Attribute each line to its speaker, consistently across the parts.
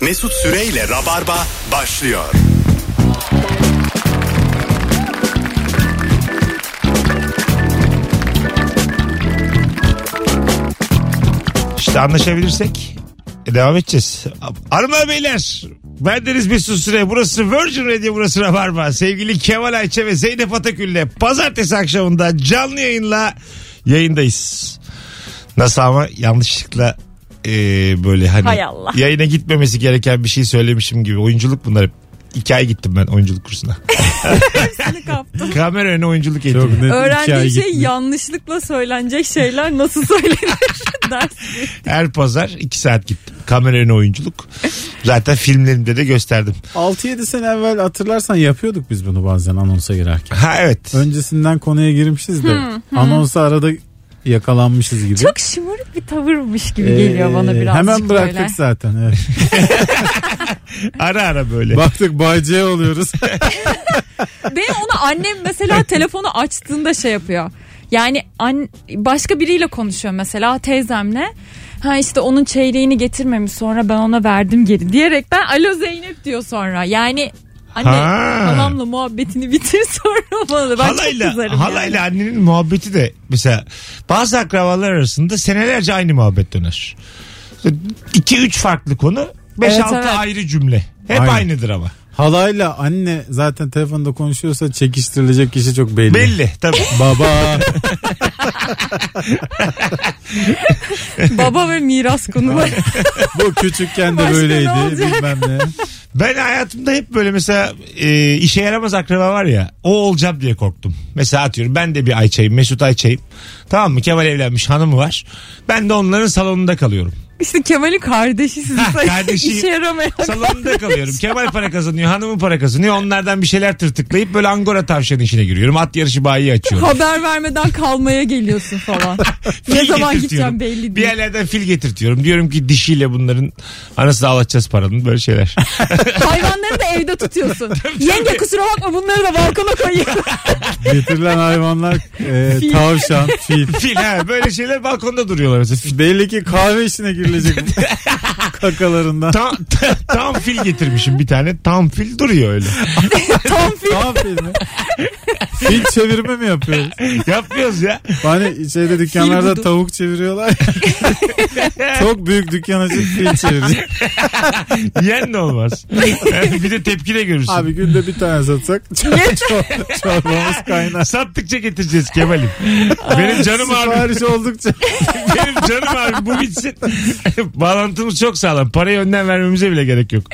Speaker 1: Mesut Süreyle Rabarba başlıyor.
Speaker 2: İşte anlaşabilirsek e, devam edeceğiz. Hanımlar beyler ben Deniz Mesut Süre. Burası Virgin Radio burası Rabarba. Sevgili Kemal Ayçe ve Zeynep Atakül'le pazartesi akşamında canlı yayınla yayındayız. Nasıl ama yanlışlıkla e, böyle hani
Speaker 3: Hay Allah.
Speaker 2: yayına gitmemesi gereken bir şey söylemişim gibi. Oyunculuk bunlar hep. İki ay gittim ben oyunculuk kursuna.
Speaker 3: Seni kaptım.
Speaker 2: Kamera önüne oyunculuk eğitimi.
Speaker 4: Çok net iki ay
Speaker 3: Öğrendiğin şey
Speaker 4: gitti.
Speaker 3: yanlışlıkla söylenecek şeyler nasıl söylenir ders.
Speaker 2: Her pazar iki saat gittim. Kamera önüne oyunculuk. Zaten filmlerimde de gösterdim.
Speaker 4: 6-7 sene evvel hatırlarsan yapıyorduk biz bunu bazen anonsa girerken.
Speaker 2: Ha evet.
Speaker 4: Öncesinden konuya girmişiz de anonsa arada yakalanmışız gibi.
Speaker 3: Çok şımarık bir tavırmış gibi
Speaker 4: Ee,
Speaker 3: geliyor bana birazcık
Speaker 4: Hemen bıraktık
Speaker 3: böyle.
Speaker 4: zaten. evet.
Speaker 2: Ara ara böyle.
Speaker 4: Baktık bacıya oluyoruz.
Speaker 3: Benim onu annem mesela telefonu açtığında şey yapıyor. Yani an, başka biriyle konuşuyor mesela teyzemle. Ha işte onun çeyreğini getirmemiş sonra ben ona verdim geri diyerekten alo Zeynep diyor sonra. Yani anne
Speaker 2: Ha.
Speaker 3: halamla muhabbetini bitir sonra bana da. Ben çok
Speaker 2: halayla,
Speaker 3: kızarım
Speaker 2: halayla annenin muhabbeti de mesela bazı akrabalar arasında senelerce aynı muhabbet döner. 2-3 farklı konu 5-6
Speaker 3: Evet, evet.
Speaker 2: ayrı cümle. Hep
Speaker 4: Aynen.
Speaker 2: aynıdır ama.
Speaker 4: Halayla anne zaten telefonda konuşuyorsa çekiştirilecek kişi çok belli.
Speaker 2: Belli tabii.
Speaker 4: Baba.
Speaker 3: yani. Baba ve miras konuları.
Speaker 4: Bu küçükken de
Speaker 3: Başka ne
Speaker 4: böyleydi
Speaker 3: olacak?
Speaker 4: bilmem ne.
Speaker 2: Ben hayatımda hep böyle mesela e, işe yaramaz akraba var ya o olacağım diye korktum. Mesela atıyorum ben de bir Ayça'yım Mesut Ayça'yım. Tamam mı Kemal evlenmiş hanımı var. Ben de onların salonunda kalıyorum.
Speaker 3: işte Kemal'in kardeşi sizi
Speaker 2: Ha, kardeşi-
Speaker 3: işe yaramayan.
Speaker 2: Salonda kalıyorum. Kemal para kazanıyor, hanımın para kazanıyor. Onlardan bir şeyler tırtıklayıp böyle angora tavşanı işine giriyorum. At yarışı bayi açıyorum.
Speaker 3: Haber vermeden kalmaya geliyorsun falan.
Speaker 2: Fil
Speaker 3: ne
Speaker 2: getirtiyorum.
Speaker 3: zaman gideceğim belli
Speaker 2: Bir
Speaker 3: değil.
Speaker 2: yerlerden fil getirtiyorum. Diyorum ki dişiyle bunların anasını ağlatacağız paranın böyle şeyler.
Speaker 3: Hayvanları da evde tutuyorsun. Yenge kusura bakma bunları da balkona koyuyorum.
Speaker 4: Getirilen hayvanlar e,
Speaker 3: Fil.
Speaker 4: tavşan, fil.
Speaker 2: fil ha böyle şeyler balkonda duruyorlar mesela. Fil-
Speaker 4: Belli ki kahve işine girilecek kakalarından.
Speaker 2: Tam, tam, tam fil getirmişim bir tane. Tam fil duruyor öyle.
Speaker 3: Tam fil.
Speaker 4: ne yapayım ya? Fil çevirme mi yapıyoruz?
Speaker 2: Yapmıyoruz ya.
Speaker 4: Hani şeyde dükkanlarda
Speaker 3: budu.
Speaker 4: tavuk çeviriyorlar. ya. Çok büyük dükkan açıp fil çevirecek.
Speaker 2: Yiyen de olmaz. bir de tepki de görürsün.
Speaker 4: Abi günde bir tane satsak çor- çor- çorbamız kaynar.
Speaker 2: Sattıkça getireceğiz Kemal'im. Benim canım ağrıyor.
Speaker 4: Sipariş oldukça.
Speaker 2: Benim canım abi bu bitsin. Bağlantımız çok sağlam. Parayı önden vermemize bile gerek yok.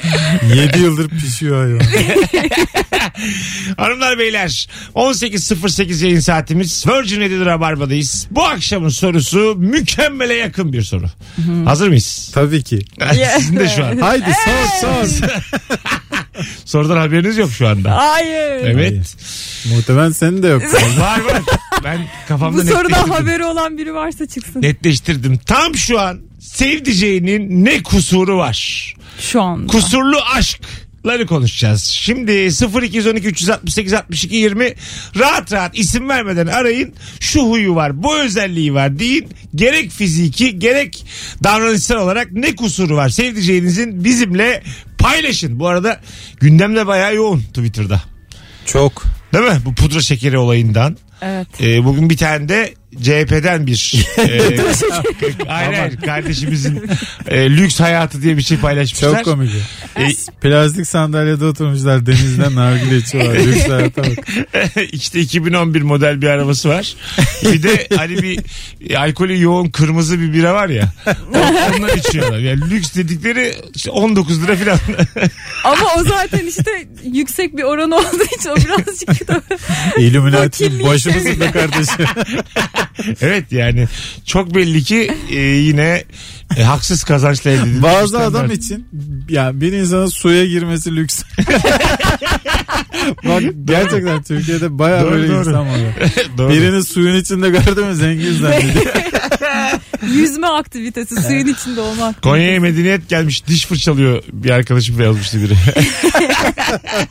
Speaker 4: 7 yıldır pişiyor hayvan.
Speaker 2: Hanımlar beyler 18.08 yayın saatimiz Virgin Radio Rabarba'dayız. Bu akşamın sorusu mükemmele yakın bir soru. Hazır mıyız?
Speaker 4: Tabii ki.
Speaker 2: Sizin de şu an.
Speaker 4: Haydi sor sor.
Speaker 2: Sorudan haberiniz yok şu anda.
Speaker 3: Hayır.
Speaker 2: Evet.
Speaker 4: Muhtemelen senin de yok.
Speaker 2: Var var. Ben kafamda
Speaker 3: Bu sorudan
Speaker 2: netleştirdim.
Speaker 3: haberi olan biri varsa çıksın.
Speaker 2: netleştirdim. Tam şu an sevdiceğinin ne kusuru var?
Speaker 3: Şu anda.
Speaker 2: Kusurlu aşkları konuşacağız. Şimdi 0212 368 62 20 rahat rahat isim vermeden arayın. Şu huyu var, bu özelliği var deyin. Gerek fiziki, gerek davranışsal olarak ne kusuru var sevdiceğinizin bizimle paylaşın. Bu arada gündemde bayağı yoğun Twitter'da.
Speaker 4: Çok.
Speaker 2: Değil mi? Bu pudra şekeri olayından.
Speaker 3: Evet.
Speaker 2: Ee, bugün bir tane de CHP'den bir e, hayır, hayır, kardeşimizin e, lüks hayatı diye bir şey paylaşmışlar.
Speaker 4: Çok komik.
Speaker 2: E,
Speaker 4: Plastik sandalyede oturmuşlar denizden nargile içiyorlar. Lüks hayata bak.
Speaker 2: işte 2011 model bir arabası var. Bir de hani bir e, alkolü yoğun kırmızı bir bira var ya. on- Ondan içiyorlar. Yani lüks dedikleri işte 19 lira falan.
Speaker 3: Ama o zaten işte yüksek bir oran olduğu için o birazcık da
Speaker 4: İlluminati'nin
Speaker 3: Fakirliği
Speaker 4: başımızın da kardeşi.
Speaker 2: evet yani çok belli ki e, yine e, haksız kazançla elde edilmiş.
Speaker 4: Bazı
Speaker 2: işlemler.
Speaker 4: adam için ya bir insanın suya girmesi lüks. Bak gerçekten Türkiye'de baya
Speaker 2: Doğru,
Speaker 4: böyle
Speaker 2: doğru.
Speaker 4: insan var.
Speaker 2: Doğru.
Speaker 4: Birini suyun içinde gördü mü zengin zannediyor.
Speaker 3: yüzme aktivitesi suyun içinde olmak.
Speaker 2: Konya'ya medeniyet gelmiş diş fırçalıyor bir arkadaşım yazmıştı biri.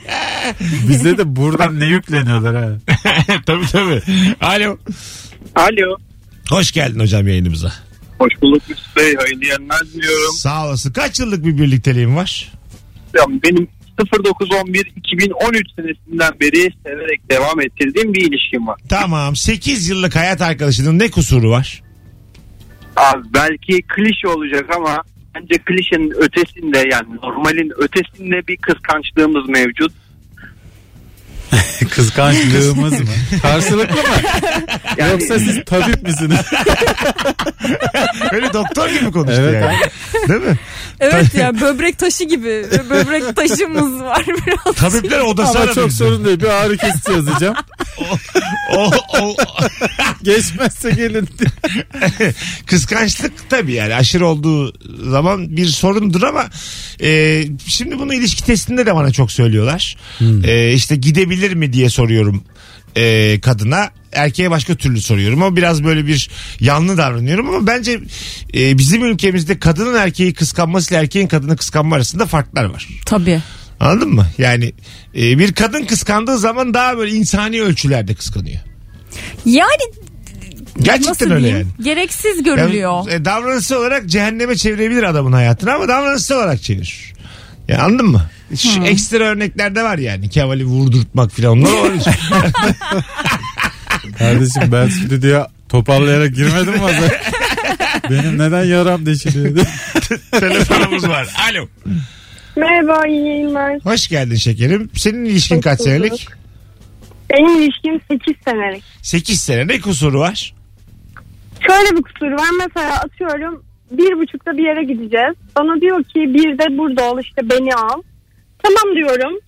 Speaker 4: Bize de buradan ne yükleniyorlar ha.
Speaker 2: tabii tabii. Alo.
Speaker 5: Alo.
Speaker 2: Hoş geldin hocam yayınımıza.
Speaker 5: Hoş bulduk Mesut Bey. Hayırlı yayınlar diliyorum.
Speaker 2: Sağ olasın. Kaç yıllık bir birlikteliğin var?
Speaker 5: Ya benim 0911 2013 senesinden beri severek devam ettirdiğim bir ilişkim var.
Speaker 2: Tamam. 8 yıllık hayat arkadaşının ne kusuru var?
Speaker 5: Abi belki klişe olacak ama bence klişenin ötesinde yani normalin ötesinde bir kıskançlığımız mevcut.
Speaker 4: Kıskançlığımız mı? Karşılıklı mı?
Speaker 5: Yani
Speaker 4: Yoksa siz tabip misiniz?
Speaker 2: Öyle doktor gibi konuştu
Speaker 4: Evet.
Speaker 2: yani. Değil mi?
Speaker 3: Evet ya böbrek taşı gibi. Böbrek taşımız var biraz.
Speaker 2: Tabipler odası
Speaker 4: Ama
Speaker 2: aradı
Speaker 4: çok
Speaker 2: bizi.
Speaker 4: sorun değil. Bir ağrı kesici yazacağım.
Speaker 2: O, o,
Speaker 4: Geçmezse gelin.
Speaker 2: kıskançlık tabii yani aşırı olduğu zaman bir sorundur ama e, şimdi bunu ilişki testinde de bana çok söylüyorlar. E, işte gidebilir mi diye soruyorum e, kadına. Erkeğe başka türlü soruyorum ama biraz böyle bir yanlı davranıyorum ama bence e, bizim ülkemizde kadının erkeği kıskanmasıyla erkeğin kadını kıskanma arasında farklar var.
Speaker 3: Tabii.
Speaker 2: Anladın mı? Yani e, bir kadın kıskandığı zaman daha böyle insani ölçülerde kıskanıyor.
Speaker 3: Yani
Speaker 2: Gerçekten
Speaker 3: nasıl
Speaker 2: öyle
Speaker 3: diyeyim?
Speaker 2: yani.
Speaker 3: Gereksiz
Speaker 2: Yani,
Speaker 3: görülüyor.
Speaker 2: e, davranışsal olarak cehenneme çevirebilir adamın hayatını ama davranışsal olarak çevirir. Ya anladın mı? Şu ekstra örneklerde var yani. Kevali vurdurtmak filan. Onlar olabilir.
Speaker 4: Kardeşim ben stüdyoya toparlayarak girmedim fazla. Benim neden yaram deşiliyordu?
Speaker 2: Telefonumuz var. Alo.
Speaker 6: Merhaba iyi yayınlar.
Speaker 2: Hoş geldin şekerim. Senin ilişkin
Speaker 6: Hoş
Speaker 2: kaç
Speaker 6: bulduk.
Speaker 2: senelik?
Speaker 6: Benim ilişkim 8 senelik.
Speaker 2: 8 sene. Ne kusuru var?
Speaker 6: Şöyle bir kusur var mesela atıyorum bir buçukta bir yere gideceğiz. Bana diyor ki bir de burada ol işte beni al. Tamam diyorum.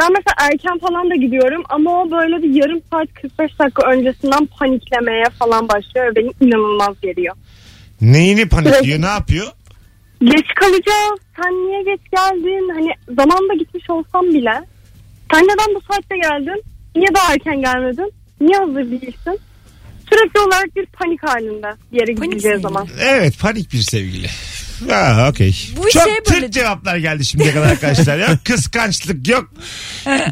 Speaker 6: Ben mesela erken falan da gidiyorum ama o böyle bir yarım saat 45 dakika öncesinden paniklemeye falan başlıyor ve beni inanılmaz geriyor.
Speaker 2: Neyini panikliyor? Ne yapıyor?
Speaker 6: Geç kalacağız. Sen niye geç geldin? Hani zamanda gitmiş olsam bile. Sen neden bu saatte geldin? Niye daha erken gelmedin? Niye hazır değilsin? Sürekli olarak bir panik halinde bir yere
Speaker 3: Panik
Speaker 6: gideceği
Speaker 3: sinir.
Speaker 6: zaman.
Speaker 2: Evet panik bir sevgili. Ha, okey.
Speaker 3: Bu
Speaker 2: Çok
Speaker 3: şey
Speaker 2: tırt
Speaker 3: böyle-
Speaker 2: cevaplar geldi şimdiye kadar arkadaşlar ya. Kıskançlık yok.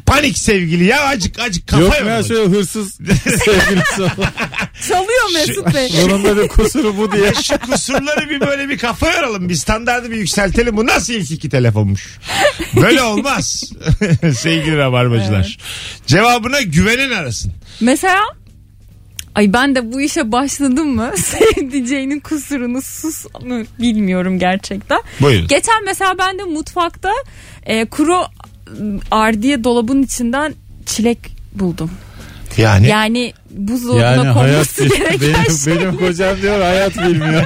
Speaker 2: Panik sevgili ya acık acık kafa
Speaker 4: Yok
Speaker 2: yok.
Speaker 4: ya şöyle hırsız sevgilisi olan.
Speaker 3: Çalıyor Mesut Bey.
Speaker 4: Onun da bir kusuru bu diye.
Speaker 2: Şu kusurları bir böyle bir kafa yoralım. Bir standardı bir yükseltelim. Bu nasıl ilk iki telefonmuş? Böyle olmaz. Sevgili rabarbacılar. Cevabına güvenin arasın.
Speaker 3: Mesela Ay ben de bu işe başladım mı sevdiceğinin kusurunu sus mu bilmiyorum gerçekten.
Speaker 2: Buyurun.
Speaker 3: Geçen mesela ben de mutfakta e, kuru m, ardiye dolabın içinden çilek buldum.
Speaker 2: Yani.
Speaker 3: Yani buzdolabına
Speaker 4: Yani hayat
Speaker 3: konması
Speaker 4: benim,
Speaker 3: gereken şey.
Speaker 4: benim kocam diyor hayat bilmiyor.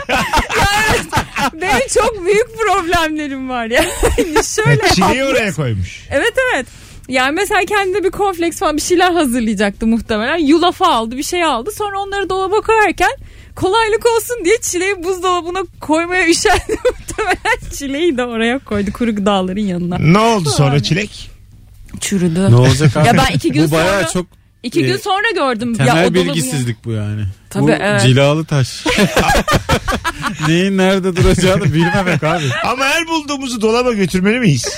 Speaker 3: Benim çok büyük problemlerim var ya. Yani şöyle
Speaker 2: Çileyi oraya koymuş.
Speaker 3: Evet evet. Yani mesela kendine bir konfleks falan bir şeyler hazırlayacaktı muhtemelen. Yulafa aldı bir şey aldı. Sonra onları dolaba koyarken kolaylık olsun diye çileği buzdolabına koymaya üşendi muhtemelen. Çileği de oraya koydu kuru gıdaların yanına.
Speaker 2: Ne oldu sonra çilek?
Speaker 3: Çürüdü.
Speaker 4: Ne olacak abi?
Speaker 3: Ya ben iki gün
Speaker 4: bu bayağı
Speaker 3: sonra-
Speaker 4: çok
Speaker 3: İki
Speaker 4: Ee,
Speaker 2: e,
Speaker 3: gün sonra gördüm.
Speaker 4: temel
Speaker 3: ya, o dolabın
Speaker 4: bilgisizlik bu yani.
Speaker 3: Tabii,
Speaker 4: bu
Speaker 3: evet.
Speaker 4: cilalı taş. Neyin nerede duracağını bilmemek abi.
Speaker 2: Ama her bulduğumuzu dolaba götürmeli miyiz?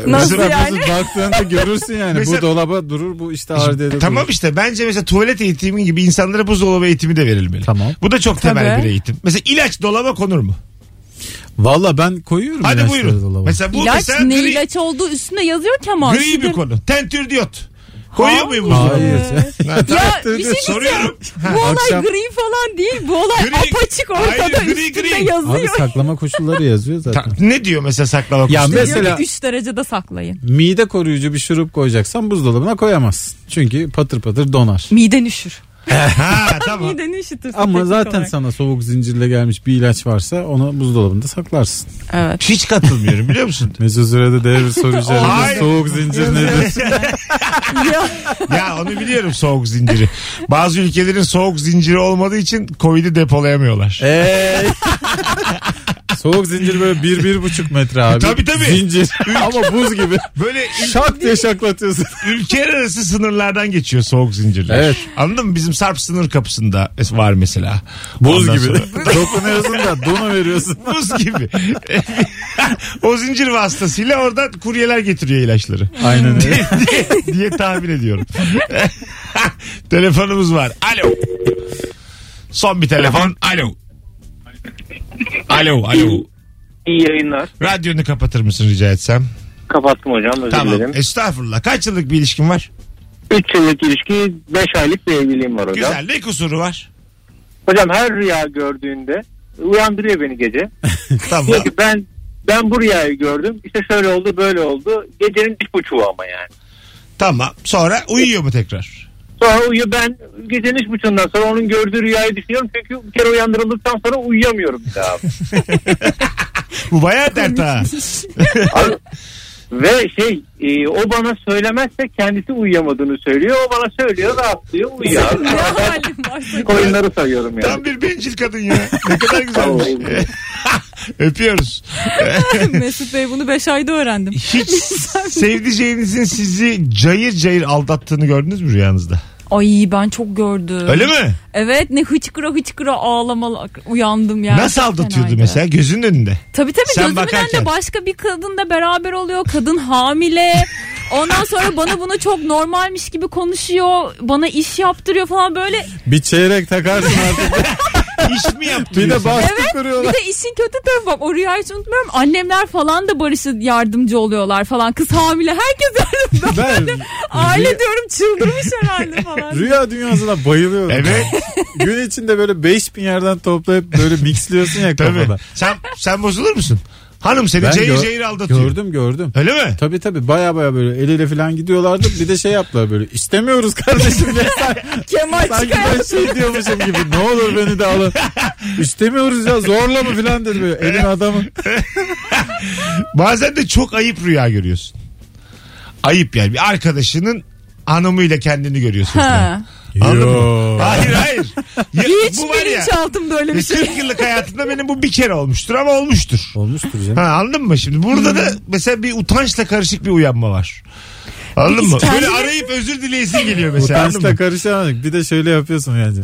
Speaker 3: yanına. Nasıl
Speaker 4: Mesela
Speaker 3: yani?
Speaker 4: bizi baktığında görürsün yani.
Speaker 2: Mesela-
Speaker 4: bu dolaba durur bu işte ardiyede
Speaker 2: Tamam
Speaker 4: durur.
Speaker 2: işte bence mesela tuvalet eğitimi gibi insanlara buzdolabı eğitimi de verilmeli.
Speaker 4: Tamam.
Speaker 2: Bu da çok temel
Speaker 3: Tabii.
Speaker 2: bir eğitim. Mesela ilaç dolaba konur mu?
Speaker 4: Valla ben koyuyorum.
Speaker 2: Hadi
Speaker 4: ilaçları
Speaker 2: buyurun.
Speaker 4: dolaba.
Speaker 2: Mesela bu
Speaker 3: İlaç
Speaker 2: mesela
Speaker 3: ne
Speaker 2: gri,
Speaker 3: ilaç olduğu üstünde yazıyor ki ama.
Speaker 2: gri bir
Speaker 3: Sidir-
Speaker 2: konu. Tentür diyot. Koyuyor muyum buzdolabı?
Speaker 4: Hayır.
Speaker 3: Ya bir şey
Speaker 2: Soruyorum.
Speaker 3: Bu olay
Speaker 4: Akşam-
Speaker 3: gri falan değil. Bu olay
Speaker 2: Gri-
Speaker 3: apaçık ortada
Speaker 2: Hayır, gri,
Speaker 3: üstünde
Speaker 2: gri.
Speaker 3: yazıyor.
Speaker 4: Abi saklama koşulları yazıyor
Speaker 2: Ta-
Speaker 4: zaten.
Speaker 2: ne diyor mesela saklama
Speaker 4: Ya
Speaker 2: kutusu?
Speaker 4: mes-
Speaker 3: Diyor ki,
Speaker 4: Mesela-
Speaker 3: "Üç derecede saklayın.
Speaker 4: Mide koruyucu bir şurup koyacaksan buzdolabına koyamazsın. Çünkü patır patır donar.
Speaker 3: Miden üşür.
Speaker 2: ha tamam.
Speaker 3: Mideni üşütürsün.
Speaker 4: Ama
Speaker 3: teknik
Speaker 4: zaten
Speaker 3: olarak.
Speaker 4: sana soğuk zincirle gelmiş bir ilaç varsa onu buzdolabında saklarsın.
Speaker 3: Evet.
Speaker 2: Hiç katılmıyorum biliyor musun?
Speaker 4: Mesut Süre'de devir soru işareti,
Speaker 2: Hayır.
Speaker 4: soğuk zincir nedir?
Speaker 3: Ya,
Speaker 2: ya onu biliyorum soğuk zinciri. Bazı ülkelerin soğuk zinciri olmadığı için Covid'i depolayamıyorlar.
Speaker 4: Ey! soğuk zincir böyle bir, bir buçuk metre abi.
Speaker 2: Tabii, tabii.
Speaker 4: Zincir ama buz gibi.
Speaker 2: Böyle ül-
Speaker 4: Şak diye şaklatıyorsun.
Speaker 2: ülke arası sınırlardan geçiyor soğuk zincirler.
Speaker 4: Evet.
Speaker 2: Anladın mı? Bizim Sarp sınır kapısında es- var mesela.
Speaker 4: Buz
Speaker 2: Ondan
Speaker 4: gibi.
Speaker 2: sonra-
Speaker 4: Dokunuyorsun da donu veriyorsun.
Speaker 2: Buz gibi. o zincir vasıtasıyla oradan kuryeler getiriyor ilaçları.
Speaker 4: Aynen öyle.
Speaker 2: diye tahmin ediyorum. Telefonumuz var. Alo. Son bir telefon. Alo. Alo alo.
Speaker 5: İyi yayınlar.
Speaker 2: Radyonu kapatır mısın rica etsem?
Speaker 5: Kapattım hocam özür
Speaker 2: Tamam.
Speaker 5: dilerim.
Speaker 2: Estağfurullah. Kaç yıllık bir ilişkin var?
Speaker 5: 3 yıllık ilişki 5 aylık bir evliliğim var hocam.
Speaker 2: Güzel. Ne kusuru var?
Speaker 5: Hocam her rüya gördüğünde uyandırıyor beni gece.
Speaker 2: Tamam.
Speaker 5: Diyor ki ben ben bu rüyayı gördüm. İşte şöyle oldu böyle oldu. Gecenin bir buçuğu ama yani.
Speaker 2: tamam. Sonra uyuyor mu tekrar?
Speaker 5: Sonra uyuyor ben gecenin üç buçuğundan sonra onun gördüğü rüyayı düşünüyorum. Çünkü bir kere uyandırıldıktan sonra uyuyamıyorum bir daha.
Speaker 2: Bu bayağı dert ha.
Speaker 5: Abi, Ve şey e, o bana söylemezse kendisi uyuyamadığını söylüyor. O bana söylüyor rahatlıyor uyuyor.
Speaker 3: ne halim varsa gör.
Speaker 5: Koyunları sayıyorum yani.
Speaker 2: Tam bir bencil kadın ya. Ne kadar güzelmiş.
Speaker 5: Vallahi.
Speaker 2: Öpüyoruz.
Speaker 3: Mesut Bey bunu 5 ayda öğrendim.
Speaker 2: Hiç sevdiceğinizin sizi cayır cayır aldattığını gördünüz mü rüyanızda?
Speaker 3: Ay ben çok gördüm.
Speaker 2: Öyle mi?
Speaker 3: Evet ne hıçkıra hıçkıra ağlamalı uyandım yani.
Speaker 2: Nasıl
Speaker 3: Çok
Speaker 2: aldatıyordu
Speaker 3: fenaydı.
Speaker 2: mesela? Gözünün önünde.
Speaker 3: Tabii tabii
Speaker 2: Sen
Speaker 3: gözümün
Speaker 2: bakarken.
Speaker 3: önünde başka bir kadınla beraber oluyor. Kadın hamile. Ondan sonra bana bunu çok normalmiş gibi konuşuyor. Bana iş yaptırıyor falan böyle.
Speaker 4: Bir çeyrek takarsın artık.
Speaker 2: İş mi
Speaker 4: bir de
Speaker 2: yaptırıyorsun?
Speaker 4: bastık
Speaker 3: Bir
Speaker 4: kuruyorlar.
Speaker 3: de işin kötü tarafı bak o rüyayı hiç unutmuyorum. Annemler falan da Barış'a yardımcı oluyorlar falan. Kız hamile herkes yardımcı.
Speaker 4: Ben
Speaker 3: Aile diyorum çıldırmış herhalde falan.
Speaker 4: rüya dünyasına bayılıyorum.
Speaker 2: Evet.
Speaker 4: Gün içinde böyle 5000 yerden toplayıp böyle mixliyorsun ya
Speaker 2: Tabii.
Speaker 4: kafada.
Speaker 2: Sen, sen bozulur musun? Hanım seni
Speaker 4: Ben
Speaker 2: cayır
Speaker 4: gör-
Speaker 2: cayır aldatıyor.
Speaker 4: Gördüm gördüm.
Speaker 2: Öyle mi?
Speaker 4: Tabii tabii baya baya böyle el ele falan gidiyorlardı. Bir de şey yaptılar böyle istemiyoruz kardeşim. diye.
Speaker 3: Kemal
Speaker 4: Sanki
Speaker 3: çıkar.
Speaker 4: ben şey diyormuşum gibi ne olur beni de alın. İstemiyoruz ya zorla mı falan dedi böyle elin adamı.
Speaker 2: Bazen de çok ayıp rüya görüyorsun. Ayıp yani. Bir arkadaşının hanımıyla kendini görüyorsun.
Speaker 3: Ha.
Speaker 2: Anladın
Speaker 4: Yo.
Speaker 2: mı? Hayır hayır. Ya,
Speaker 3: Hiç
Speaker 2: bu var ya.
Speaker 3: bilinçaltımda öyle bir
Speaker 2: Ve
Speaker 3: şey.
Speaker 2: 40 yıllık hayatımda benim bu bir kere olmuştur ama olmuştur.
Speaker 4: Olmuştur canım.
Speaker 2: Ha, anladın mı şimdi?
Speaker 3: Hmm.
Speaker 2: Burada da mesela bir utançla karışık bir uyanma var. Anladın
Speaker 3: Biz
Speaker 2: mı? Böyle
Speaker 3: kendimiz-
Speaker 2: arayıp özür dileyesin geliyor mesela. anladın
Speaker 4: Utançla
Speaker 2: mı?
Speaker 4: karışamadık. Bir de şöyle yapıyorsun yani.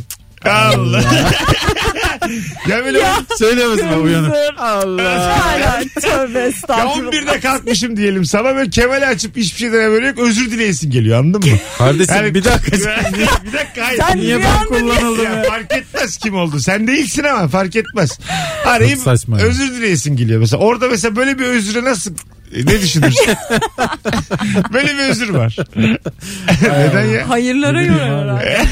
Speaker 2: Allah. ya böyle
Speaker 3: Ya.
Speaker 4: Şöyle yapıyorsun ben uyanıp.
Speaker 3: Kızım.
Speaker 4: Allah.
Speaker 3: Hala tövbe
Speaker 2: Ya
Speaker 3: estağfurullah.
Speaker 2: 11'de kalkmışım diyelim sabah böyle Kemal'i açıp hiçbir şeyden böyle yok özür dileyesin geliyor anladın mı?
Speaker 4: Kardeşim bir dakika.
Speaker 2: bir dakika hayır.
Speaker 3: Sen
Speaker 4: Niye ben
Speaker 3: Rüyanda
Speaker 4: kullanıldım
Speaker 2: Ya
Speaker 4: ya?
Speaker 2: fark etmez kim oldu. Sen değilsin ama fark etmez. Arayıp
Speaker 4: Çok saçma ya.
Speaker 2: özür dileyesin geliyor mesela. Orada mesela böyle bir özüre nasıl e, ne düşünürsün? böyle bir özür var. Neden ya?
Speaker 3: Hayırlara
Speaker 4: bileyim
Speaker 3: göre
Speaker 4: abi.
Speaker 3: herhalde.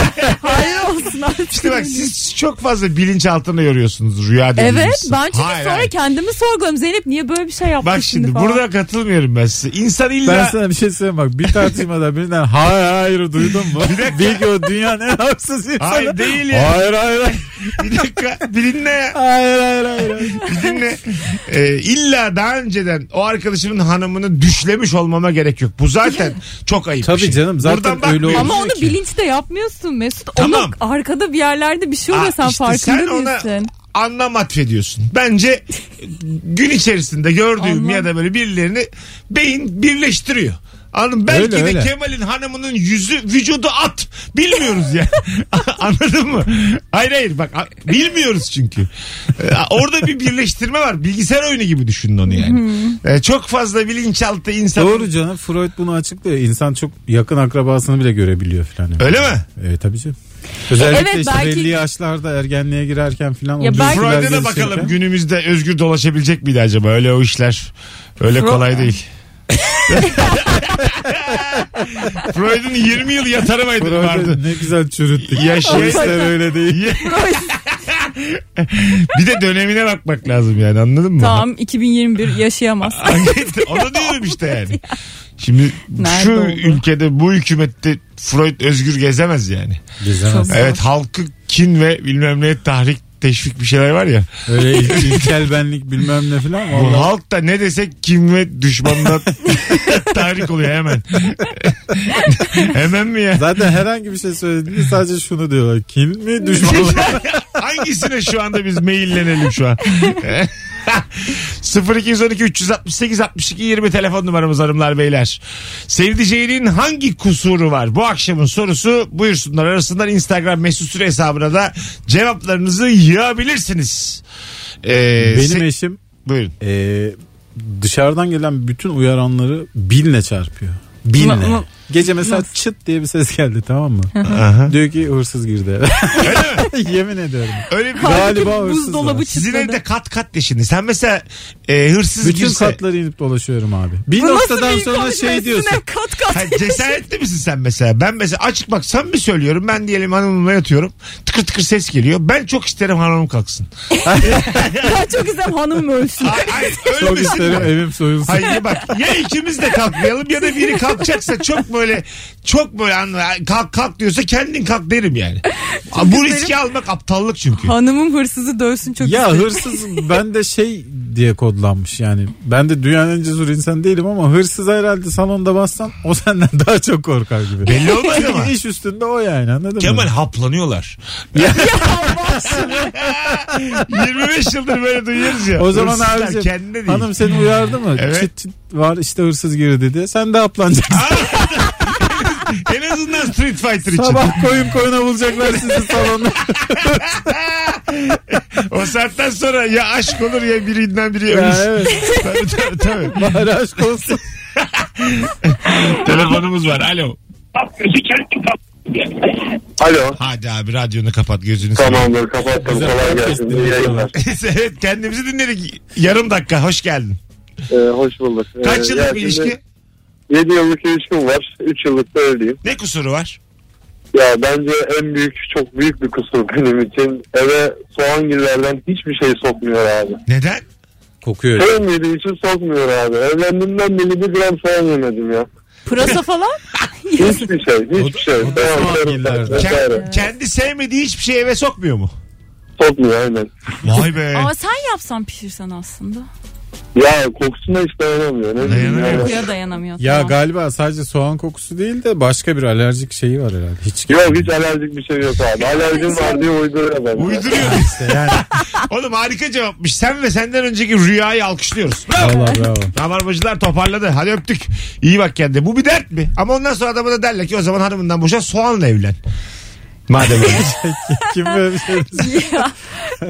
Speaker 3: Hayır olsun artık.
Speaker 2: İşte bak siz çok fazla bilinçaltına yoruyorsunuz rüya dediğiniz.
Speaker 3: Evet ben çünkü
Speaker 2: Hayır,
Speaker 3: sonra
Speaker 2: hayır.
Speaker 3: kendimi sorguladım. Zeynep niye böyle bir şey yaptın
Speaker 2: Bak şimdi
Speaker 3: falan.
Speaker 2: burada katılmıyorum ben size. İnsan illa...
Speaker 4: Ben sana bir şey söyleyeyim bak bir tartışmada birinden hayır hayır duydun mu? Bilgi o dünyanın en haksız insanı.
Speaker 2: Hayır değil ya.
Speaker 4: Hayır hayır hayır.
Speaker 2: bir dakika. Bir dinle ya.
Speaker 4: Hayır hayır hayır.
Speaker 2: Bir dinle. Ee, illa daha önceden o arkadaşımın hanımını düşlemiş olmama gerek yok. Bu zaten çok ayıp
Speaker 4: Tabii
Speaker 2: bir şey.
Speaker 4: canım, zaten
Speaker 2: Buradan
Speaker 4: öyle
Speaker 2: bakmıyoruz
Speaker 4: oluyor.
Speaker 3: Ama onu
Speaker 2: ki.
Speaker 3: bilinçte yapmıyorsun Mesut.
Speaker 2: Tamam.
Speaker 3: Onu arkada bir yerlerde bir şey oluyor
Speaker 2: Aa,
Speaker 3: sen
Speaker 2: işte
Speaker 3: farkında
Speaker 2: sen ona
Speaker 3: değilsin.
Speaker 2: anlam atfediyorsun. Bence gün içerisinde gördüğüm
Speaker 3: Anlam.
Speaker 2: ya da böyle birilerini beyin birleştiriyor. Anladın mı? Belki
Speaker 4: Öyle,
Speaker 2: de
Speaker 4: öyle.
Speaker 2: Kemal'in hanımının yüzü vücudu at. Bilmiyoruz ya. Anladın mı? Hayır hayır bak a- bilmiyoruz çünkü. Ee, Orada bir birleştirme var. Bilgisayar oyunu gibi düşünün onu yani. Ee, çok fazla bilinçaltı insan.
Speaker 4: Doğru canım Freud bunu açıklıyor. İnsan çok yakın akrabasını bile görebiliyor falan.
Speaker 2: Öyle mi?
Speaker 4: E tabii canım. Özellikle
Speaker 3: Evet,
Speaker 4: işte
Speaker 3: belki-
Speaker 4: belli yaşlarda ergenliğe girerken falan.
Speaker 3: Ya
Speaker 4: o
Speaker 3: belki-
Speaker 4: dürtüler
Speaker 2: Freud'a da bakalım
Speaker 4: gelişirken-
Speaker 2: günümüzde özgür dolaşabilecek miydi acaba? Öyle o işler. Öyle kolay değil. Freud'un 20 yıl yatarı vardı. vardı. şey-
Speaker 4: Freud'u ne güzel çürüttük.
Speaker 2: Yaşayan-
Speaker 4: O işler öyle değil.
Speaker 2: bir de dönemine bakmak lazım yani anladın mı?
Speaker 3: Tamam 2021 yaşayamaz.
Speaker 2: Onu diyorum işte yani. Şimdi
Speaker 3: Nerede
Speaker 2: şu
Speaker 3: oldu?
Speaker 2: ülkede bu hükümette Freud özgür gezemez yani.
Speaker 4: Gezemez.
Speaker 3: Çok-
Speaker 2: Evet halkı kin ve bilmem ne tahrik teşvik bir şeyler var ya.
Speaker 4: Öyle il- ilkel benlik bilmem ne falan.
Speaker 2: Bu
Speaker 4: Vallahi
Speaker 2: halk da ne desek kim ve düşmandan tahrik oluyor hemen. hemen mi ya?
Speaker 4: Zaten herhangi bir şey söylediğinde sadece şunu diyorlar. Kim mi düşman mı?
Speaker 2: Hangisine şu anda biz maillenelim şu an? 0212 368 62 20 telefon numaramız hanımlar beyler. Sevdiceğinin hangi kusuru var? Bu akşamın sorusu buyursunlar. Arasından Instagram mesut süre hesabına da cevaplarınızı yığabilirsiniz. Ee,
Speaker 4: Benim
Speaker 2: se-
Speaker 4: eşim
Speaker 2: Buyurun.
Speaker 4: Ee, e, dışarıdan gelen bütün uyaranları binle çarpıyor. Binle.
Speaker 3: Ama-
Speaker 4: Gece mesela çıt diye bir ses geldi tamam mı?
Speaker 2: Aha.
Speaker 4: Diyor ki hırsız girdi eve. Yemin ediyorum.
Speaker 2: Öyle bir
Speaker 4: Galiba
Speaker 3: Halbuki
Speaker 4: hırsız
Speaker 3: buzdolabı
Speaker 4: var.
Speaker 2: sizin evde
Speaker 3: çıtladı.
Speaker 2: kat kat de şimdi. Sen mesela e, hırsız
Speaker 4: Bütün
Speaker 2: girse...
Speaker 4: katları inip dolaşıyorum abi. Bir
Speaker 3: Bu nasıl
Speaker 4: noktadan
Speaker 3: bir
Speaker 4: sonra
Speaker 3: konuşma?
Speaker 4: şey diyorsun.
Speaker 3: Üstüne Kat kat.
Speaker 2: Ha, cesaretli misin sen mesela? Ben mesela açık bak sen mi söylüyorum? Ben diyelim hanımımla yatıyorum. Tıkır tıkır ses geliyor. Ben çok isterim hanımım kalksın.
Speaker 3: Ben çok güzel hanım ölsün.
Speaker 2: Ay, ay,
Speaker 4: Çok
Speaker 3: şey
Speaker 2: ölmesin
Speaker 4: isterim
Speaker 2: mi?
Speaker 4: evim soyulsun.
Speaker 2: Hayır bak ya ikimiz de kalkmayalım ya da biri kalkacaksa çok böyle çok böyle anla- kalk kalk diyorsa kendin kalk derim yani. Bu riski almak aptallık çünkü.
Speaker 3: Hanımım hırsızı dövsün çok
Speaker 4: Ya
Speaker 3: isterim.
Speaker 4: hırsız ben de şey diye kodlanmış yani. Ben de dünyanın en cesur insan değilim ama hırsız herhalde salonda bassan o senden daha çok korkar gibi.
Speaker 2: Belli olmaz
Speaker 4: Çünkü
Speaker 2: ama.
Speaker 4: iş üstünde o yani anladın
Speaker 2: Kemal
Speaker 4: mı?
Speaker 2: haplanıyorlar. 25 yıldır böyle duyuyoruz ya.
Speaker 4: O zaman
Speaker 2: Hırsızlar
Speaker 4: abicim,
Speaker 2: kendine değil.
Speaker 4: hanım seni uyardı mı?
Speaker 2: Evet.
Speaker 4: Çıt çıt var işte hırsız girdi dedi. Sen de aplanacaksın.
Speaker 2: En azından Street Fighter için.
Speaker 4: Sabah koyun koyuna bulacaklar sizi salonda.
Speaker 2: O saatten sonra ya aşk olur ya birinden biri
Speaker 4: ya,
Speaker 2: ölür.
Speaker 4: evet.
Speaker 2: tabii tabii tabii.
Speaker 4: Bari aşk olsun.
Speaker 2: Telefonumuz var. Alo.
Speaker 5: Alo.
Speaker 2: Hadi abi radyonu kapat gözünü.
Speaker 5: Tamamdır kapattım.
Speaker 4: Bize
Speaker 5: Kolay
Speaker 4: podcast
Speaker 5: gelsin. İyi
Speaker 4: dinliyorlar.
Speaker 5: yayınlar.
Speaker 2: seveyim. evet kendimizi dinledik. Yarım dakika hoş geldin.
Speaker 5: Ee, hoş bulduk. Ee,
Speaker 2: Kaç yıllık
Speaker 5: ya
Speaker 2: bir
Speaker 5: şimdi
Speaker 2: ilişki?
Speaker 5: 7 yıllık ilişkim var. 3 yıllık da evliyim.
Speaker 2: Ne kusuru var?
Speaker 5: Ya bence en büyük çok büyük bir kusur benim için. Eve soğangillerden hiçbir şey sokmuyor abi.
Speaker 2: Neden?
Speaker 4: Kokuyor.
Speaker 5: Sevmediği için sokmuyor abi. Evlendiğimden beri bir gram soğan yemedim ya.
Speaker 3: Pırasa falan.
Speaker 5: Hiçbir şey,
Speaker 4: O da-
Speaker 5: hiçbir şey.
Speaker 4: o da
Speaker 5: Soğan,
Speaker 4: soğangillerden.
Speaker 5: sarımsak
Speaker 2: Kend-
Speaker 5: vesaire.
Speaker 2: kendi sevmediği hiçbir şey eve sokmuyor mu?
Speaker 5: Sokmuyor aynen.
Speaker 2: Vay be.
Speaker 3: Ama sen yapsan pişirsen aslında.
Speaker 5: Ya kokusuna hiç dayanamıyor. Ne bileyim
Speaker 2: Dayanamıyor.
Speaker 5: yani.
Speaker 3: Kokuya dayanamıyor.
Speaker 4: Ya
Speaker 3: tamam.
Speaker 4: galiba sadece soğan kokusu değil de başka bir alerjik şeyi var herhalde. Hiç
Speaker 5: Yok hiç alerjik bir şey yok abi. Alerjim var diye uyduruyor ben.
Speaker 2: Uyduruyor.
Speaker 4: İşte yani.
Speaker 2: Oğlum harika cevapmış. Sen ve senden önceki rüyayı alkışlıyoruz. Bravo.
Speaker 4: Valla bravo.
Speaker 2: Rabarbacılar toparladı. Hadi öptük. İyi bak kendine. Bu bir dert mi? Ama ondan sonra adama da derler ki o zaman hanımından boşan soğanla evlen. Madem öyle.
Speaker 4: Kim böyle bir şey
Speaker 3: ya,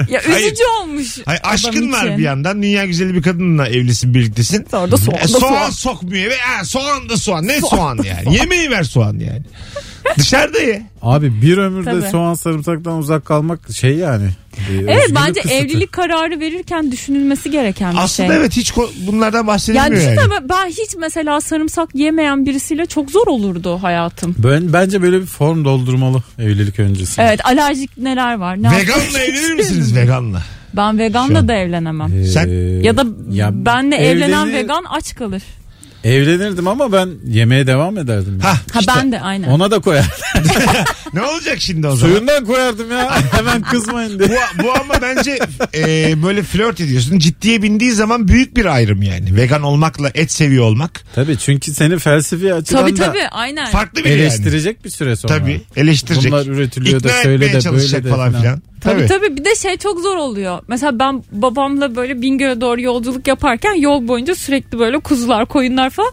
Speaker 3: ya üzücü
Speaker 2: Hayır.
Speaker 3: olmuş.
Speaker 2: Hayır,
Speaker 3: adam
Speaker 2: aşkın var
Speaker 3: için.
Speaker 2: bir yandan. Dünya güzeli bir kadınla evlisin birliktesin.
Speaker 3: Sonra da soğan da
Speaker 2: E, soğan,
Speaker 3: soğan.
Speaker 2: sokmuyor eve. Ha, soğan da soğan. Ne soğan, yani? Yemeği ver soğan yani. Dışarıda ye.
Speaker 4: Abi bir ömürde
Speaker 3: Tabii.
Speaker 4: soğan sarımsaktan uzak kalmak şey yani. Ee,
Speaker 3: Evet
Speaker 4: özgürlük
Speaker 3: bence
Speaker 4: kısıtı.
Speaker 3: evlilik kararı verirken düşünülmesi gereken bir şey.
Speaker 2: Aslında evet hiç ko- bunlardan
Speaker 3: Yani
Speaker 2: bahsedilmiyor yani.
Speaker 3: düşünsene ben- ben hiç mesela sarımsak yemeyen birisiyle çok zor olurdu hayatım.
Speaker 4: Ben, bence böyle bir form doldurmalı evlilik öncesi.
Speaker 3: Evet alerjik neler var? Ne
Speaker 2: Veganla
Speaker 3: yapacak?
Speaker 2: evlenir misiniz veganla?
Speaker 3: Ben
Speaker 2: Şu an.
Speaker 3: veganla da evlenemem.
Speaker 4: Ee,
Speaker 2: Sen-
Speaker 3: Ya da
Speaker 4: ya
Speaker 3: benle evlenen
Speaker 4: evlenir-
Speaker 3: vegan aç kalır.
Speaker 4: Evlenirdim ama ben yemeğe devam ederdim. ya.
Speaker 2: Ha,
Speaker 3: Ha ben de aynen.
Speaker 4: Ona da koyardım.
Speaker 2: Ne olacak şimdi o zaman?
Speaker 4: Suyundan koyardım ya. Hemen kızmayın diye.
Speaker 2: Bu, bu ama bence e, böyle flört ediyorsun. Ciddiye bindiği zaman büyük bir ayrım yani. Vegan olmakla et seviyor olmak.
Speaker 4: Tabii çünkü seni felsefi açıdan
Speaker 3: Tabii
Speaker 4: da
Speaker 3: tabii aynen.
Speaker 2: Farklı bir yani.
Speaker 4: eleştirecek bir süre sonra.
Speaker 2: Tabii eleştirecek.
Speaker 4: Bunlar üretiliyor da
Speaker 2: İkna
Speaker 4: şöyle
Speaker 2: etmeye
Speaker 4: de,
Speaker 2: çalışacak
Speaker 4: böyle de
Speaker 2: falan
Speaker 4: falan.
Speaker 2: filan.
Speaker 3: Tabii. tabii bir de şey çok zor oluyor. Mesela ben babamla böyle Bingöl'e doğru yolculuk yaparken yol boyunca sürekli böyle kuzular, koyunlar falan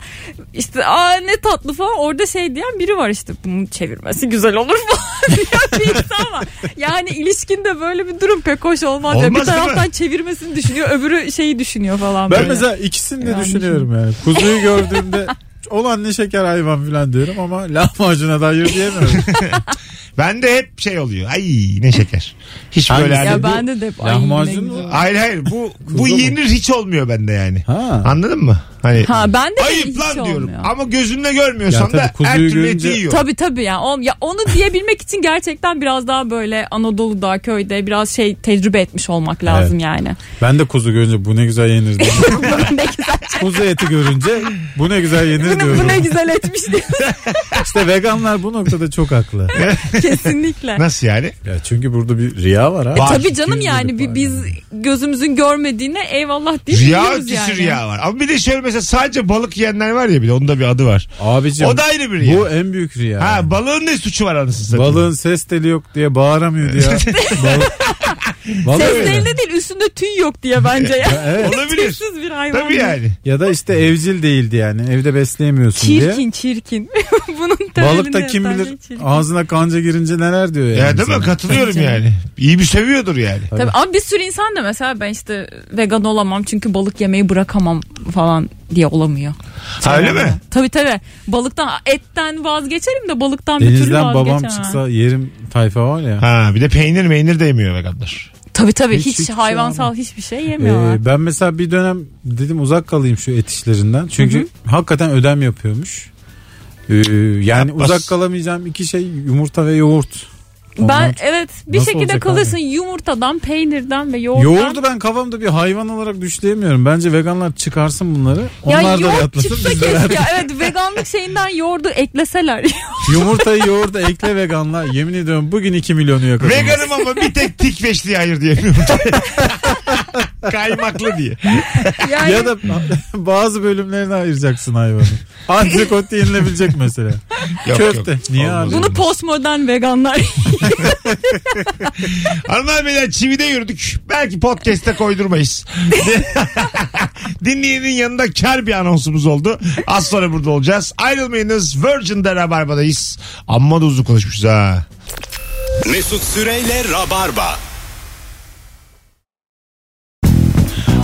Speaker 3: işte aa ne tatlı falan orada şey diyen biri var işte bunun çevirmesi güzel olur falan diyen bir insan var. Yani ilişkinde böyle bir durum pek hoş olmaz. ya. bir
Speaker 2: Olmaz değil mi?
Speaker 3: taraftan çevirmesini düşünüyor öbürü şeyi düşünüyor falan.
Speaker 4: Ben
Speaker 3: böyle.
Speaker 4: mesela ikisini de
Speaker 3: Yani
Speaker 4: düşünüyorum yani. Kuzuyu gördüğümde olan ne şeker hayvan filan diyorum ama lahmacuna da hayır diyemiyorum.
Speaker 2: Ben de hep şey oluyor. Ay ne şeker. Hiç
Speaker 4: Hangisi?
Speaker 2: böyle
Speaker 3: ya
Speaker 2: hani-
Speaker 3: ben de de ay,
Speaker 4: Lahmacun
Speaker 3: ne
Speaker 4: mu?
Speaker 3: güzel.
Speaker 2: Hayır hayır bu bu
Speaker 4: Kuzu mu?
Speaker 2: yenir hiç olmuyor bende yani.
Speaker 4: Ha.
Speaker 2: Anladın mı? Hani
Speaker 3: Ha ben de
Speaker 2: ayıp
Speaker 3: hiç şey
Speaker 2: lan
Speaker 3: olmuyor.
Speaker 2: diyorum. Ama gözünle görmüyorsan
Speaker 4: Ya tabii
Speaker 2: da
Speaker 4: kuzuyu
Speaker 2: her türlü eti
Speaker 4: görünce-
Speaker 2: yiyor.
Speaker 3: Tabii tabii yani. O- ya onu diyebilmek için gerçekten biraz daha böyle Anadolu'da, köyde biraz şey tecrübe etmiş olmak lazım
Speaker 4: Evet.
Speaker 3: yani.
Speaker 4: Ben de kuzu görünce bu ne güzel yenir diyorum.
Speaker 3: ne güzel.
Speaker 4: kuzu eti görünce bu ne güzel yenir
Speaker 3: Bunu, bu
Speaker 4: diyorum.
Speaker 3: ne güzel etmiş diye.
Speaker 4: İşte veganlar bu noktada çok haklı.
Speaker 3: Kesinlikle.
Speaker 2: Nasıl yani?
Speaker 4: Ya çünkü burada bir riya var ha.
Speaker 2: Var.
Speaker 3: Tabii canım
Speaker 4: Kim
Speaker 3: yani
Speaker 4: bilir
Speaker 3: bir-
Speaker 4: var
Speaker 3: biz gözümüzün görmediğine eyvallah deyip
Speaker 2: Rüya
Speaker 3: yiyoruz
Speaker 2: ötesi
Speaker 3: yani.
Speaker 2: rüya var. Ama bir de şöyle mesela sadece balık yiyenler var ya bir de onun da bir adı var.
Speaker 4: Abicim
Speaker 2: O da ayrı bir riya.
Speaker 4: bu en büyük riya.
Speaker 2: Ha balığın ne suçu var anasını satayım.
Speaker 4: Balığın ses teli yok diye bağıramıyor diye. Balık. Balık öyle.
Speaker 3: Seslerinde değil üstünde tüy yok diye bence ya.
Speaker 4: Evet.
Speaker 2: Olabilir.
Speaker 3: Tüysüz bir hayvan.
Speaker 2: Tabii
Speaker 3: bu.
Speaker 2: yani.
Speaker 4: Ya da işte evcil değildi yani. Evde besleyemiyorsun diye.
Speaker 3: Çirkin çirkin. Bunun
Speaker 4: Balıkta kim bilir ağzına kanca girince neler diyor yani.
Speaker 2: Ya değil mi?
Speaker 4: sana.
Speaker 2: Katılıyorum yani. İyi bir seviyordur yani.
Speaker 3: Tabii ama bir sürü insan da mesela ben işte vegan olamam çünkü balık yemeyi bırakamam falan diye olamıyor.
Speaker 2: Ha, öyle mi?
Speaker 3: Tabii tabii. Balıktan etten vazgeçerim de balıktan bir türlü
Speaker 4: Denizden
Speaker 3: vazgeçemem.
Speaker 4: babam çıksa yerim tayfa var ya.
Speaker 2: Ha bir de peynir meynir de yemiyor veganlar.
Speaker 3: Tabii tabii
Speaker 4: Hiç-
Speaker 3: hiç,
Speaker 4: hiçbir şey
Speaker 3: hayvansal hiçbir şey yemiyorlar.
Speaker 4: Ee, ben mesela bir dönem dedim uzak kalayım şu et işlerinden. Çünkü hakikaten ödem yapıyormuş. Ee, yani
Speaker 2: Yapmaz.
Speaker 4: uzak kalamayacağım iki şey yumurta ve yoğurt.
Speaker 3: ben
Speaker 4: Ondan-
Speaker 3: evet bir
Speaker 4: Nasıl
Speaker 3: şekilde
Speaker 4: olacak
Speaker 3: kalırsın yumurtadan, peynirden ve yoğurttan.
Speaker 4: Yoğurdu ben kafamda bir hayvan olarak düşleyemiyorum. Bence veganlar çıkarsın bunları.
Speaker 3: ya
Speaker 4: Onlar da
Speaker 3: yoğurt
Speaker 4: rahatlasın.
Speaker 3: çıksa
Speaker 4: biz de
Speaker 3: keşke. evet veganlık şeyinden yoğurdu ekleseler.
Speaker 4: Yumurtayı yoğurda ekle veganlar. Yemin ediyorum bugün 2 milyonu yakalım.
Speaker 2: Veganım ama bir tek tik beşliği hayır diyemiyorum. Kaymaklı diye.
Speaker 3: Yani
Speaker 4: Ya da bazı bölümlerine ayıracaksın hayvanı. Antrikot yenilebilecek mesela.
Speaker 2: Yok,
Speaker 4: Köfte.
Speaker 2: yok.
Speaker 4: Niye
Speaker 2: Olmaz.
Speaker 4: abi?
Speaker 3: bunu postmodern veganlar.
Speaker 2: Hanımlar beyler çivide yürüdük. Belki podcast'te koydurmayız. Dinleyenin yanında kar bir anonsumuz oldu. Az sonra burada olacağız. Ayrılmayınız. Virgin'de Rabarba'dayız. Amma da uzun konuşmuşuz ha.
Speaker 1: Mesut Süreyle Rabarba.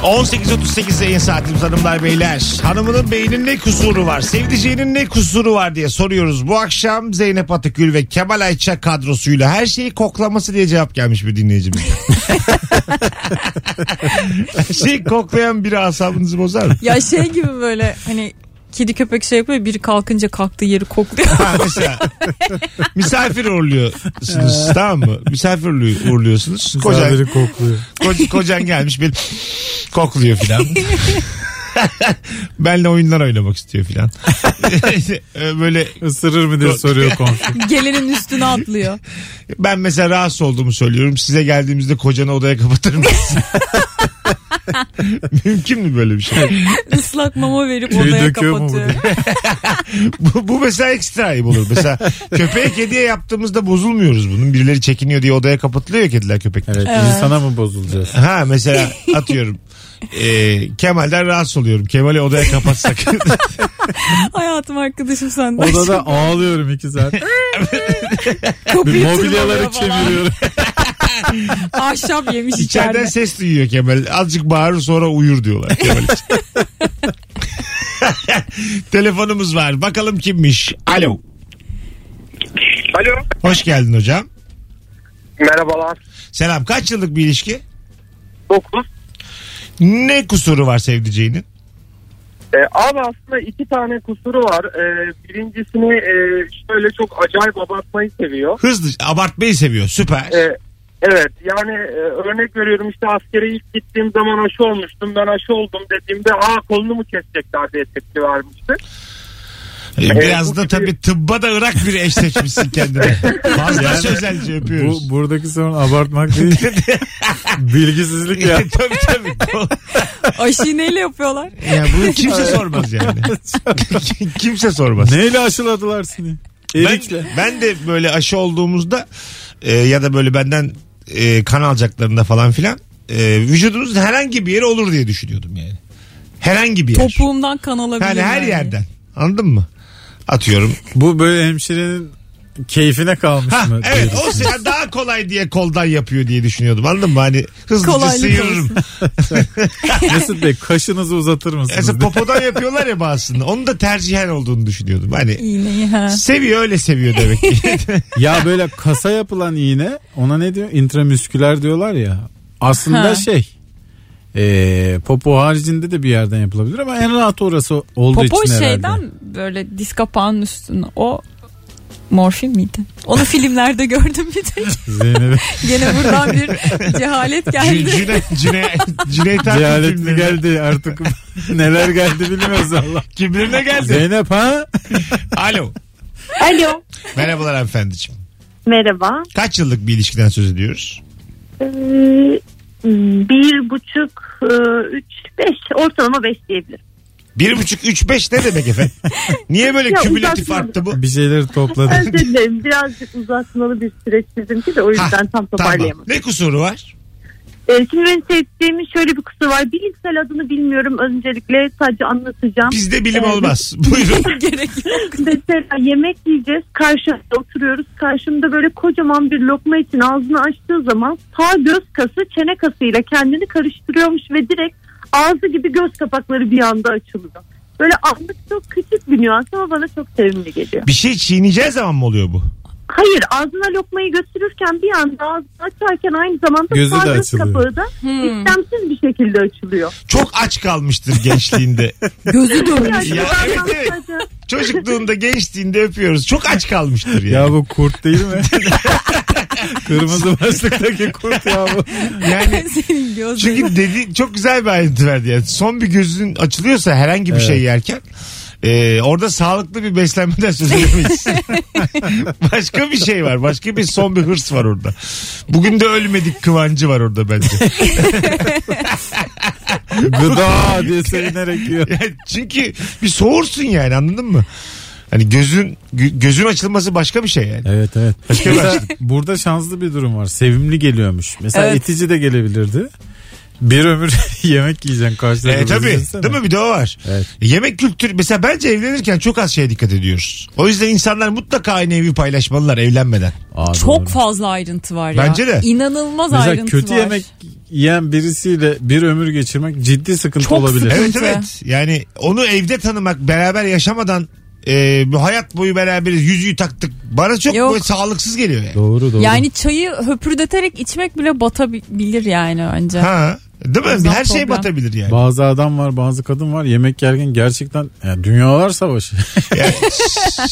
Speaker 2: 18.38 yayın saatimiz hanımlar beyler. Hanımının beynin ne kusuru var? Sevdiceğinin ne kusuru var diye soruyoruz. Bu akşam Zeynep Atakül ve Kemal Ayça kadrosuyla her şeyi koklaması diye cevap gelmiş bir dinleyicimiz. her şeyi koklayan biri asabınızı bozar mı?
Speaker 3: ya şey gibi böyle hani kedi köpek şey yapıyor biri kalkınca kalktığı yeri kokluyor.
Speaker 2: Ha, mesela misafir uğurluyorsunuz tamam mı? Misafir uğurlu- uğurluyorsunuz. Kocan,
Speaker 4: Misafiri kokluyor.
Speaker 2: ko- kocan gelmiş bir kokluyor filan. Benle oyunlar oynamak istiyor filan. Ee, Böyle
Speaker 4: Isırır mı diye soruyor komşu.
Speaker 3: Gelinin üstüne atlıyor.
Speaker 2: ben mesela rahatsız olduğumu söylüyorum. Size geldiğimizde kocanı odaya kapatır mısın? Mümkün mü böyle bir şey?
Speaker 3: Islak mama verip
Speaker 4: Tüy
Speaker 3: odaya
Speaker 4: Şey döküyor mu bu
Speaker 3: kapatıyor.
Speaker 2: Bu, bu mesela ekstra ayıp olur. Mesela köpeğe kediye yaptığımızda bozulmuyoruz bunun. Birileri çekiniyor diye odaya kapatılıyor ya kediler köpekler.
Speaker 4: Evet, insana mı bozulacağız?
Speaker 2: Ha mesela atıyorum. e, Kemal'den rahatsız oluyorum. Kemal'i odaya kapatsak.
Speaker 3: Hayatım arkadaşım senden.
Speaker 4: Odada ağlıyorum iki saat. Bir
Speaker 3: Kapıyı
Speaker 4: mobilyaları
Speaker 3: tırmalıyor falan.
Speaker 4: çeviriyorum.
Speaker 3: Ahşap yemiş
Speaker 2: İçeriden
Speaker 3: içeride.
Speaker 2: ses duyuyor Kemal. Azıcık bağırır sonra uyur diyorlar Kemal için. Telefonumuz var. Bakalım kimmiş? Alo.
Speaker 5: Alo.
Speaker 2: Hoş geldin hocam.
Speaker 5: Merhabalar.
Speaker 2: Selam. Kaç yıllık bir ilişki?
Speaker 5: 9.
Speaker 2: Ne kusuru var sevdiceğinin?
Speaker 5: Ee, abi aslında iki tane kusuru var. Ee, birincisini e, şöyle çok acayip abartmayı seviyor.
Speaker 2: Hızlı abartmayı seviyor. Süper.
Speaker 5: Ee, evet yani e, örnek veriyorum işte askere ilk gittiğim zaman aşı olmuştum. Ben aşı oldum dediğimde aa kolunu mu kesecekler diye tepki vermişti.
Speaker 2: Ee, Biraz
Speaker 5: bu
Speaker 2: da
Speaker 5: gibi-
Speaker 2: tabii tıbba da ırak bir eş seçmişsin kendine. Fazla
Speaker 4: Yani-
Speaker 2: sözelci öpüyoruz.
Speaker 4: Bu, buradaki sorun abartmak değil. Bilgisizlik ya.
Speaker 2: tabii tabii.
Speaker 3: Aşıyı neyle yapıyorlar?
Speaker 2: Ya bunu kimse sormaz yani. kimse sormaz.
Speaker 4: Neyle aşıladılar seni?
Speaker 2: Ben,
Speaker 4: Erikle.
Speaker 2: ben de böyle aşı olduğumuzda e, ya da böyle benden e, kan alacaklarında falan filan e, vücudumuzun herhangi bir yeri olur diye düşünüyordum yani. Herhangi bir yer.
Speaker 3: Topuğumdan kan alabilir.
Speaker 2: yani her
Speaker 3: yani.
Speaker 2: yerden. Anladın mı? Atıyorum.
Speaker 4: Bu böyle hemşirenin keyfine kalmış
Speaker 2: Ha,
Speaker 4: mı?
Speaker 2: evet
Speaker 4: Diyorsun.
Speaker 2: o sefer daha kolay diye koldan yapıyor diye düşünüyordum. Anladın mı? Hani hızlıca
Speaker 3: Kolaylık
Speaker 2: sıyırırım.
Speaker 3: olsun.
Speaker 4: Mesut Bey kaşınızı uzatır mısınız?
Speaker 2: Mesela popodan yapıyorlar ya bazısını. Onu da tercihen olduğunu düşünüyordum. Hani
Speaker 3: İğneyi ha.
Speaker 2: seviyor öyle seviyor demek ki.
Speaker 4: ya böyle kasa yapılan iğne ona ne diyor? İntramüsküler diyorlar ya. Aslında
Speaker 3: Ha.
Speaker 4: şey e, popo haricinde de bir yerden yapılabilir ama en rahat orası olduğu
Speaker 3: Popo
Speaker 4: için herhalde.
Speaker 3: şeyden böyle diz kapağının üstüne o morfin miydi? Onu filmlerde gördüm bir tek.
Speaker 4: Zeynep'e
Speaker 3: Gene buradan bir cehalet
Speaker 2: Cü-
Speaker 3: geldi.
Speaker 2: Cüneyt, Cüneyt, Cüneyt Arkın
Speaker 4: cehaletli
Speaker 2: filmlerine-
Speaker 4: geldi artık neler geldi bilmiyoruz Allah.
Speaker 2: Kimlerine geldi?
Speaker 4: Zeynep ha?
Speaker 2: Alo.
Speaker 6: Alo.
Speaker 2: Merhabalar hanımefendiciğim.
Speaker 6: Merhaba.
Speaker 2: Kaç yıllık bir ilişkiden söz ediyoruz?
Speaker 6: Ee, bir buçuk, e, üç, beş. Ortalama beş diyebilirim.
Speaker 2: Bir buçuk, üç, beş ne demek efendim? Niye böyle
Speaker 6: Ya,
Speaker 2: kümülatif
Speaker 6: uzatmadım.
Speaker 2: arttı bu?
Speaker 4: Bir şeyleri topladı.
Speaker 6: Özür dilerim. Birazcık uzatmalı bir süreç bizimki de o yüzden
Speaker 2: Ha,
Speaker 6: tam
Speaker 2: tamam.
Speaker 6: toparlayamadım.
Speaker 2: Ne kusuru var?
Speaker 6: E, şimdi benim sevdiğimin şöyle bir kusuru var. Bilimsel adını bilmiyorum öncelikle sadece anlatacağım. E,
Speaker 2: Bizde bilim
Speaker 6: Evet.
Speaker 2: olmaz. Buyurun.
Speaker 3: Gerek yok.
Speaker 6: Mesela yemek yiyeceğiz. Karşımda oturuyoruz. Karşımda böyle kocaman bir lokma için ağzını açtığı zaman sağ göz kası çene kasıyla kendini karıştırıyormuş ve direkt ağzı gibi göz kapakları bir anda açılıyor. Böyle anlık çok küçük bir nüans ama bana çok sevimli geliyor.
Speaker 2: Bir şey çiğneyeceği zaman mı oluyor bu?
Speaker 6: Hayır ağzına lokmayı götürürken bir anda ağzını açarken aynı zamanda
Speaker 4: Gözü
Speaker 6: sağ
Speaker 4: de
Speaker 6: göz
Speaker 4: açılıyor.
Speaker 6: kapağı da istemsiz bir şekilde açılıyor.
Speaker 2: Çok aç kalmıştır gençliğinde.
Speaker 3: Gözü dönmüş.
Speaker 6: Yani
Speaker 2: Ya,
Speaker 6: ben
Speaker 2: evet, evet.
Speaker 6: anlatacağım.
Speaker 2: Çocukluğunda, gençliğinde öpüyoruz. Çok aç kalmıştır yani.
Speaker 4: Ya bu kurt değil mi? Kırmızı başlıktaki kurt ya bu.
Speaker 2: yani
Speaker 3: Senin gözlerin.
Speaker 2: çünkü dedi çok güzel bir ayrıntı verdi yani. Son bir gözün açılıyorsa herhangi bir şey yerken e, orada sağlıklı bir beslenmeden söz edemeyiz. başka bir şey var. Başka bir son bir hırs var orada. Bugün de ölmedik kıvancı var orada bence.
Speaker 4: Gıda diye sevinerek yiyor.
Speaker 2: Yani çünkü bir soğursun yani anladın mı? Hani gözün gö- gözün açılması başka bir şey yani.
Speaker 4: Evet evet.
Speaker 2: Başka bir
Speaker 4: Mesela burada şanslı bir durum var. Sevimli geliyormuş. Mesela
Speaker 3: Evet.
Speaker 4: itici de gelebilirdi. Bir ömür yemek yiyeceksin karşıda.
Speaker 2: E, tabii. Değil mi? Bir de o var. E,
Speaker 4: Evet.
Speaker 2: Yemek kültürü mesela bence evlenirken çok az şeye dikkat ediyoruz. O yüzden insanlar mutlaka aynı evi paylaşmalılar evlenmeden.
Speaker 3: Çok fazla ayrıntı var ya.
Speaker 2: Bence de.
Speaker 3: İnanılmaz
Speaker 4: Mesela
Speaker 3: ayrıntı
Speaker 4: kötü
Speaker 3: var.
Speaker 4: yemek yiyen birisiyle bir ömür geçirmek ciddi sıkıntı
Speaker 3: Çok
Speaker 4: olabilir.
Speaker 3: sıkıntı.
Speaker 2: Evet
Speaker 3: Bence.
Speaker 2: evet. Yani onu evde tanımak, beraber yaşamadan e, bu hayat boyu beraberiz, yüzüğü taktık. Bana çok
Speaker 3: Yok.
Speaker 2: böyle sağlıksız geliyor yani.
Speaker 4: Doğru doğru.
Speaker 3: Yani çayı höpürdeterek içmek bile batabilir yani önce.
Speaker 2: Ha. Değil mi?
Speaker 3: O yüzden
Speaker 2: Her şey
Speaker 3: problem.
Speaker 2: batabilir yani.
Speaker 4: bazı adam var bazı kadın var yemek yerken gerçekten ya dünyalar savaşı.
Speaker 2: Yani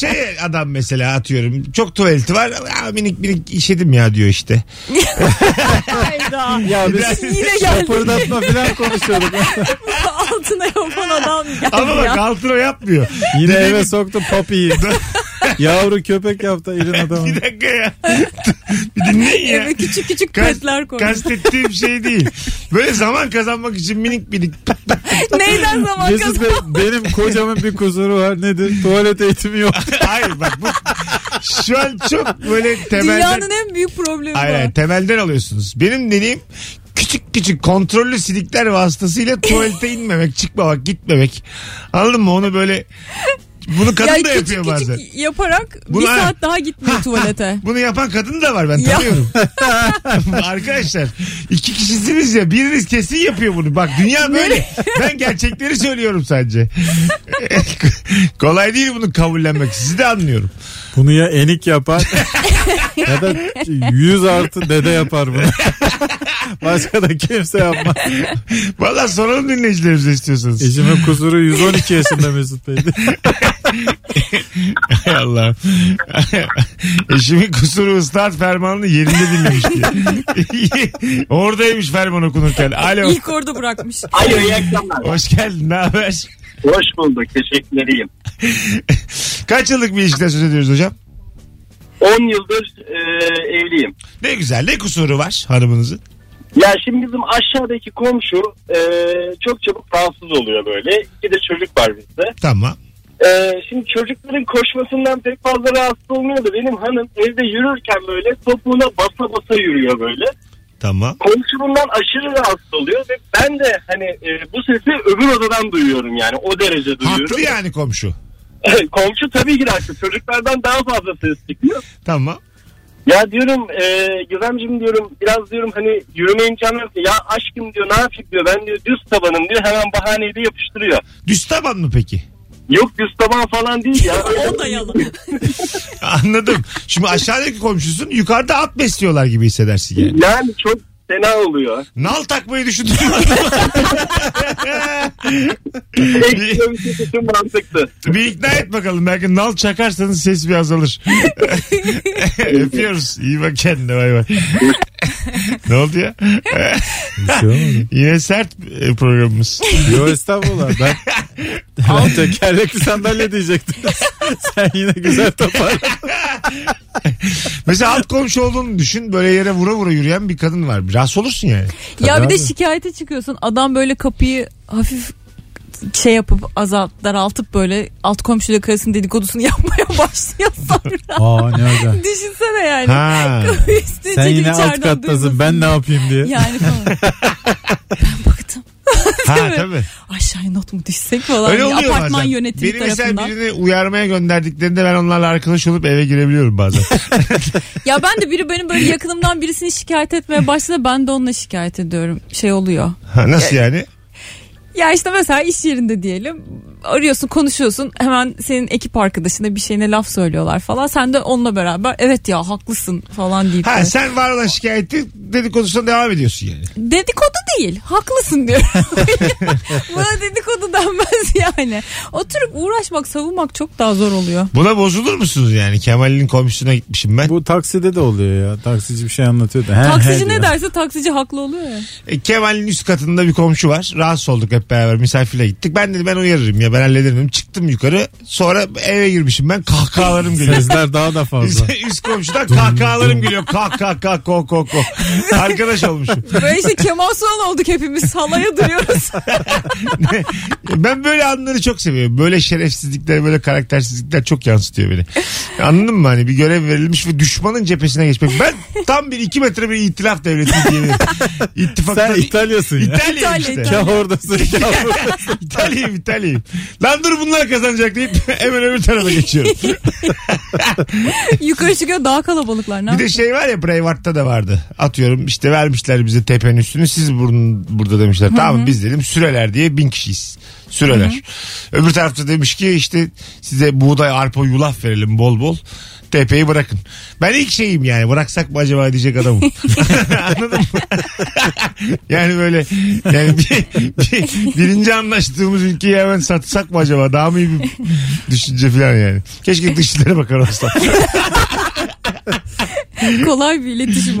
Speaker 2: şey adam mesela atıyorum çok tuvaleti var "Aa, minik minik işedim ya diyor işte.
Speaker 3: Hayda.
Speaker 4: ya biz
Speaker 3: Yine geldi.
Speaker 4: şapırdatma falan konuşuyorduk.
Speaker 3: Altına yapan adam geldi
Speaker 2: Ama bak
Speaker 3: ya.
Speaker 2: altına yapmıyor.
Speaker 4: Yine eve soktu papiyi. Yavru köpek yaptı elin adamı.
Speaker 2: Bir dakika ya. bir dinleyin ya.
Speaker 3: Eve küçük küçük
Speaker 2: Kas-
Speaker 3: petler koymuş.
Speaker 2: kastettiğim şey değil. Böyle zaman kazanmak için minik minik.
Speaker 3: Neyden zaman
Speaker 4: Mesut
Speaker 3: kazan?
Speaker 4: Bey benim kocamın bir kusuru var nedir? Tuvalet eğitimi yok.
Speaker 2: Hayır bak bu şu an çok böyle temelden.
Speaker 3: Dünyanın en büyük problemi
Speaker 2: Hayır, hayır,
Speaker 3: bu.
Speaker 2: temelden alıyorsunuz. Benim dediğim küçük küçük kontrollü silikler vasıtasıyla tuvalete inmemek, çıkmamak, gitmemek. Anladın mı? Onu böyle bunu kadın
Speaker 3: Ya
Speaker 2: da
Speaker 3: küçük
Speaker 2: yapıyor bazen.
Speaker 3: küçük yaparak bir
Speaker 2: Bunu- ha.
Speaker 3: saat daha gitmiyor tuvalete.
Speaker 2: Bunu yapan kadın da var ben
Speaker 3: Ya.
Speaker 2: tanıyorum. Arkadaşlar iki kişisiniz ya biriniz kesin yapıyor bunu. Bak dünya böyle. ben gerçekleri söylüyorum sadece. Kolay değil bunu kabullenmek. Sizi de anlıyorum.
Speaker 4: Bunu ya enik yapar ya da 100 artı dede yapar bunu. Başka da kimse yapmaz.
Speaker 2: Valla soralım dinleyicilerimize istiyorsanız.
Speaker 4: Eşimin kusuru 112 yaşında Mesut Bey.
Speaker 2: Hay Allah. Eşimin kusuru ıslat fermanını yerinde dinlemiş diye. Oradaymış ferman okunurken. Alo.
Speaker 3: İlk orada bırakmış.
Speaker 5: Alo iyi akşamlar.
Speaker 2: Hoş geldin. Ne haber?
Speaker 5: Hoş bulduk. Teşekkür ederim.
Speaker 2: Kaç yıllık bir ilişkiden söz ediyoruz hocam?
Speaker 5: 10 yıldır e, evliyim.
Speaker 2: Ne güzel. Ne kusuru var hanımınızın?
Speaker 5: Ya şimdi bizim aşağıdaki komşu e, çok çabuk rahatsız oluyor böyle. İki de çocuk var bizde.
Speaker 2: Tamam.
Speaker 5: E, şimdi çocukların koşmasından pek fazla rahatsız olmuyor da benim hanım evde yürürken böyle topuğuna basa basa yürüyor böyle.
Speaker 2: Tamam.
Speaker 5: Komşu bundan aşırı rahatsız oluyor ve ben de hani e, bu sesi öbür odadan duyuyorum yani o derece duyuyorum.
Speaker 2: Haklı yani komşu.
Speaker 5: komşu tabii ki de haklı. Çocuklardan daha fazla ses çıkıyor.
Speaker 2: Tamam.
Speaker 5: Ya diyorum e, Gizemciğim diyorum biraz diyorum hani yürüme imkanı yok. Ya aşkım diyor ne yapayım diyor ben diyor düz tabanım diyor hemen bahaneyle yapıştırıyor.
Speaker 2: Düz taban mı peki?
Speaker 5: Yok düz taban falan değil ya.
Speaker 3: o da yalan.
Speaker 2: Anladım. Şimdi aşağıdaki komşusun yukarıda at besliyorlar gibi hissedersin yani.
Speaker 5: yani çok fena oluyor.
Speaker 2: Nal takmayı düşündün mü?
Speaker 5: Ekstra bir şey için mantıklı.
Speaker 2: bir ikna et bakalım. Belki nal çakarsanız ses bir azalır. Öpüyoruz. İyi bak kendine bay bay. ne oldu ya?
Speaker 4: Bir şey olmadı.
Speaker 2: Yine sert e, programımız.
Speaker 4: Yo estağfurullah ben, ben tekerlekli sandalye diyecektim. Sen yine güzel toparladın.
Speaker 2: Mesela alt komşu olduğunu düşün. Böyle yere vura vura yürüyen bir kadın var. Rahatsız olursun yani.
Speaker 3: ya bir de
Speaker 4: abi.
Speaker 3: şikayete çıkıyorsun. Adam böyle kapıyı hafif şey yapıp azalt daraltıp böyle alt komşuyla karısının dedikodusunu yapmaya başlıyor sonra.
Speaker 4: Aa ne özel.
Speaker 3: Düşünsene yani.
Speaker 2: Ha.
Speaker 3: Üstüne
Speaker 4: Sen
Speaker 3: çekip
Speaker 4: yine alt
Speaker 3: içeriden
Speaker 4: kattasın
Speaker 3: duymasın.
Speaker 4: ben ne yapayım diye.
Speaker 3: Yani falan. ben baktım.
Speaker 2: ha
Speaker 3: mi?
Speaker 2: tabii.
Speaker 3: Aşağıya not mu düşsek falan.
Speaker 2: Öyle
Speaker 3: diye.
Speaker 2: oluyor
Speaker 3: Apartman
Speaker 2: bazen.
Speaker 3: yönetimi
Speaker 2: Beni mesela
Speaker 3: tarafından.
Speaker 2: birini uyarmaya gönderdiklerinde ben onlarla arkadaş olup eve girebiliyorum bazen.
Speaker 3: Ya ben de biri benim böyle yakınımdan birisini şikayet etmeye başladı ben de onunla şikayet ediyorum. Şey oluyor.
Speaker 2: ha, nasıl yani?
Speaker 3: Ya işte mesela iş yerinde diyelim arıyorsun konuşuyorsun hemen senin ekip arkadaşına bir şeyine laf söylüyorlar falan. Sen de onunla beraber evet ya haklısın falan deyip.
Speaker 2: Ha
Speaker 3: de-
Speaker 2: sen var olan şikayeti dedikodusuna devam ediyorsun yani.
Speaker 3: Dedikodu değil haklısın diyorum. Buna dedikodu denmez yani. Oturup uğraşmak savunmak çok daha zor oluyor.
Speaker 2: Buna bozulur musunuz yani? Kemal'in komşusuna gitmişim ben.
Speaker 4: Bu takside de oluyor ya. Taksici bir şey anlatıyor da. he, he
Speaker 3: Taksici
Speaker 4: diyor.
Speaker 3: ne derse taksici haklı oluyor ya.
Speaker 2: E, Kemal'in üst katında bir komşu var. Rahatsız olduk hep beraber misafirle gittik. Ben dedim ben uyarırım ya ben hallederim. dedim. Çıktım yukarı sonra eve girmişim ben kahkahalarım geliyor.
Speaker 4: Sesler daha da fazla.
Speaker 2: Üst- Üst komşudan kahkahalarım geliyor. Kah kah kah ko ko ko. Arkadaş olmuşum.
Speaker 3: Böyle işte Kemal Sunal olduk hepimiz halaya duruyoruz.
Speaker 2: Ben böyle anları çok seviyorum. Böyle şerefsizlikler, böyle karaktersizlikler çok yansıtıyor beni. Anladın mı? Hani bir görev verilmiş ve düşmanın cephesine geçmek. Ben tam bir iki metre bir itilaf devleti diyebilirim. İttifaktan...
Speaker 4: Sen İtalyasın ya.
Speaker 2: İtalya,
Speaker 3: İtalya,
Speaker 2: işte.
Speaker 3: İtalya.
Speaker 4: Kah oradasın kah buradasın.
Speaker 2: İtalya'yım İtalya'yım. Lan dur bunlar kazanacak deyip hemen öbür tarafa geçiyorum.
Speaker 3: Yukarı çıkıyor daha kalabalıklar. Ne
Speaker 2: Bir de şey var ya Braveheart'ta da vardı. Atıyorum işte vermişler bize tepenin üstünü siz burun, burada demişler. Tamam biz dedim süreler diye bin kişiyiz. Süreler. Öbür tarafta demiş ki işte size buğday, arpa, yulaf verelim bol bol. Tepeyi bırakın. Ben ilk şeyim yani bıraksak mı acaba diyecek adamım. Anladın mı? yani böyle yani bir, bir- birinci anlaştığımız ülkeyi hemen satsak mı acaba? Daha mı iyi bir düşünce falan yani. Keşke dışişlere bakar olsa.
Speaker 3: yapayım? Kolay bir iletişim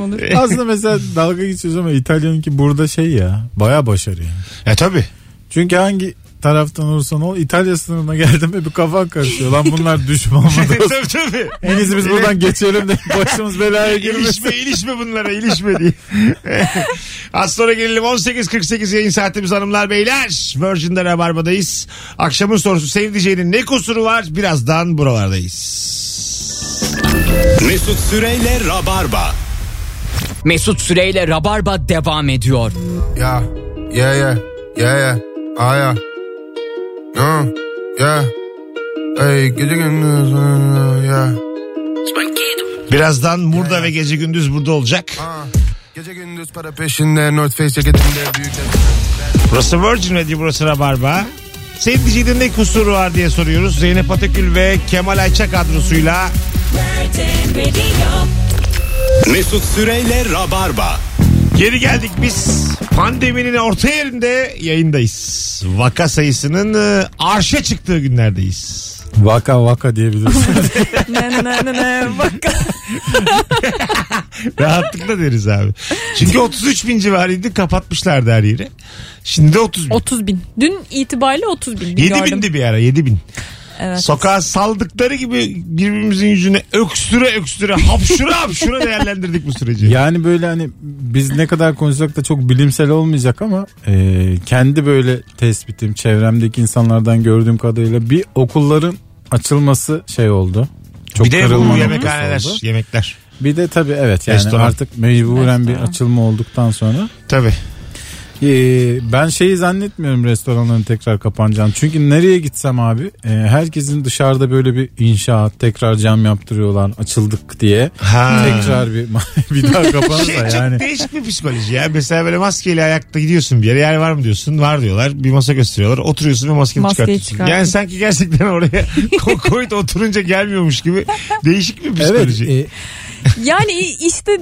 Speaker 3: olur.
Speaker 4: Aslında mesela dalga geçiyoruz ama İtalya'nınki burada şey ya. Baya başarı yani.
Speaker 2: ya E tabii.
Speaker 4: Çünkü hangi taraftan olursan ol İtalya sınırına geldim mi bir kafan karışıyor. Lan bunlar düşman mı dost?
Speaker 2: E tabii tabii.
Speaker 4: En iyisi biz buradan geçelim de başımız belaya girmesin.
Speaker 2: İlişme ilişme bunlara ilişme diye. Az sonra gelelim 18.48 yayın saatimiz hanımlar beyler. Virgin'de Rabarba'dayız. Akşamın sorusu sevdiceğinin ne kusuru var? Birazdan buralardayız.
Speaker 1: Mesut Süreyle Rabarba.
Speaker 7: Mesut Süreyle Rabarba devam ediyor.
Speaker 8: Yeah, yeah, yeah, yeah, yeah, ah yeah. Uh, yeah. Hey, gece gündüz, uh, yeah.
Speaker 2: Birazdan Murda ve Gece Gündüz burada olacak.
Speaker 8: Ah, gece gündüz para peşinde, North Face ceketinde büyük...
Speaker 2: Burası Virgin Radio burası Rabarba. Sevdiceğinin ne kusuru var diye soruyoruz. Zeynep Atakül ve Kemal Ayça kadrosuyla
Speaker 1: Mesut Süreyle Rabarba.
Speaker 2: Geri geldik biz. Pandeminin orta yerinde yayındayız. Vaka sayısının e, arşa çıktığı günlerdeyiz.
Speaker 4: Vaka vaka diyebiliriz.
Speaker 3: ne ne ne ne ne. Bak
Speaker 2: Rahatlıkla deriz abi. Çünkü 33 bin civarıydı kapatmışlardı her yeri. Şimdi de 30 bin.
Speaker 3: 30 bin. Dün itibariyle 30 bin.
Speaker 2: 7 bindi bir ara 7 bin.
Speaker 3: Evet.
Speaker 2: Sokağa saldıkları gibi birbirimizin yüzüne öksüre öksüre hapşura hapşura değerlendirdik bu süreci.
Speaker 4: yani böyle hani biz ne kadar konuşsak da çok bilimsel olmayacak ama e, kendi böyle tespitim çevremdeki insanlardan gördüğüm kadarıyla bir okulların açılması şey oldu. Çok
Speaker 2: bir de bu
Speaker 4: kırılma
Speaker 2: yemekhaneler,
Speaker 4: noktası oldu.
Speaker 2: yemekler.
Speaker 4: Bir de tabii evet yani
Speaker 2: Restoran.
Speaker 4: artık mecburen bir
Speaker 3: Restoran.
Speaker 4: açılma olduktan sonra.
Speaker 2: Tabii.
Speaker 4: Ee, ben şeyi zannetmiyorum restoranların tekrar kapanacağını. Çünkü nereye gitsem abi e, herkesin dışarıda böyle bir inşaat tekrar cam yaptırıyorlar açıldık diye.
Speaker 2: Ha.
Speaker 4: Tekrar bir bir daha
Speaker 2: Şey,
Speaker 4: kapanırsa
Speaker 2: çok
Speaker 4: yani.
Speaker 2: değişik bir psikoloji ya. Mesela böyle maskeyle ayakta gidiyorsun bir yere. Yer var mı diyorsun? Var diyorlar. Bir masa gösteriyorlar. Oturuyorsun ve maskeni
Speaker 3: Maskeyi
Speaker 2: çıkartıyorsun.
Speaker 3: çıkartıyorsun.
Speaker 2: Yani sanki gerçekten oraya ko- Covid oturunca gelmiyormuş gibi. Değişik bir
Speaker 4: Evet
Speaker 2: psikoloji.
Speaker 4: e,
Speaker 3: Yani i- işte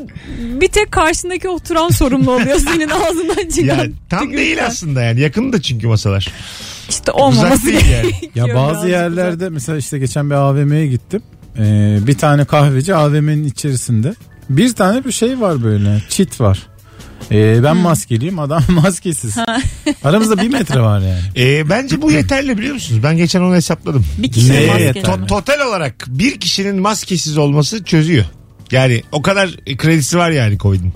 Speaker 3: bir tek karşındaki oturan sorumlu oluyor senin ağzından çıkan.
Speaker 2: Ya tam değil
Speaker 3: tükürükler.
Speaker 2: aslında yani yakında çünkü masalar.
Speaker 3: İşte
Speaker 2: Uzak
Speaker 3: olmaması
Speaker 2: değil yani.
Speaker 3: gerekiyor.
Speaker 4: ya bazı
Speaker 3: birazcık
Speaker 4: yerlerde mesela işte geçen bir AVM'ye gittim. Ee, bir tane kahveci AVM'nin içerisinde. Bir tane bir şey var böyle çit var. Ee, ben maskeliyim adam maskesiz. Aramızda bir metre var yani.
Speaker 2: Ee, bence bu yeterli biliyor musunuz? Ben geçen onu hesapladım. E,
Speaker 3: uzak. Bir kişi
Speaker 4: Neye
Speaker 3: maskeli.
Speaker 4: yeter?
Speaker 2: To- total olarak bir kişinin maskesiz olması çözüyor. Yani o kadar kredisi var yani Covid'in.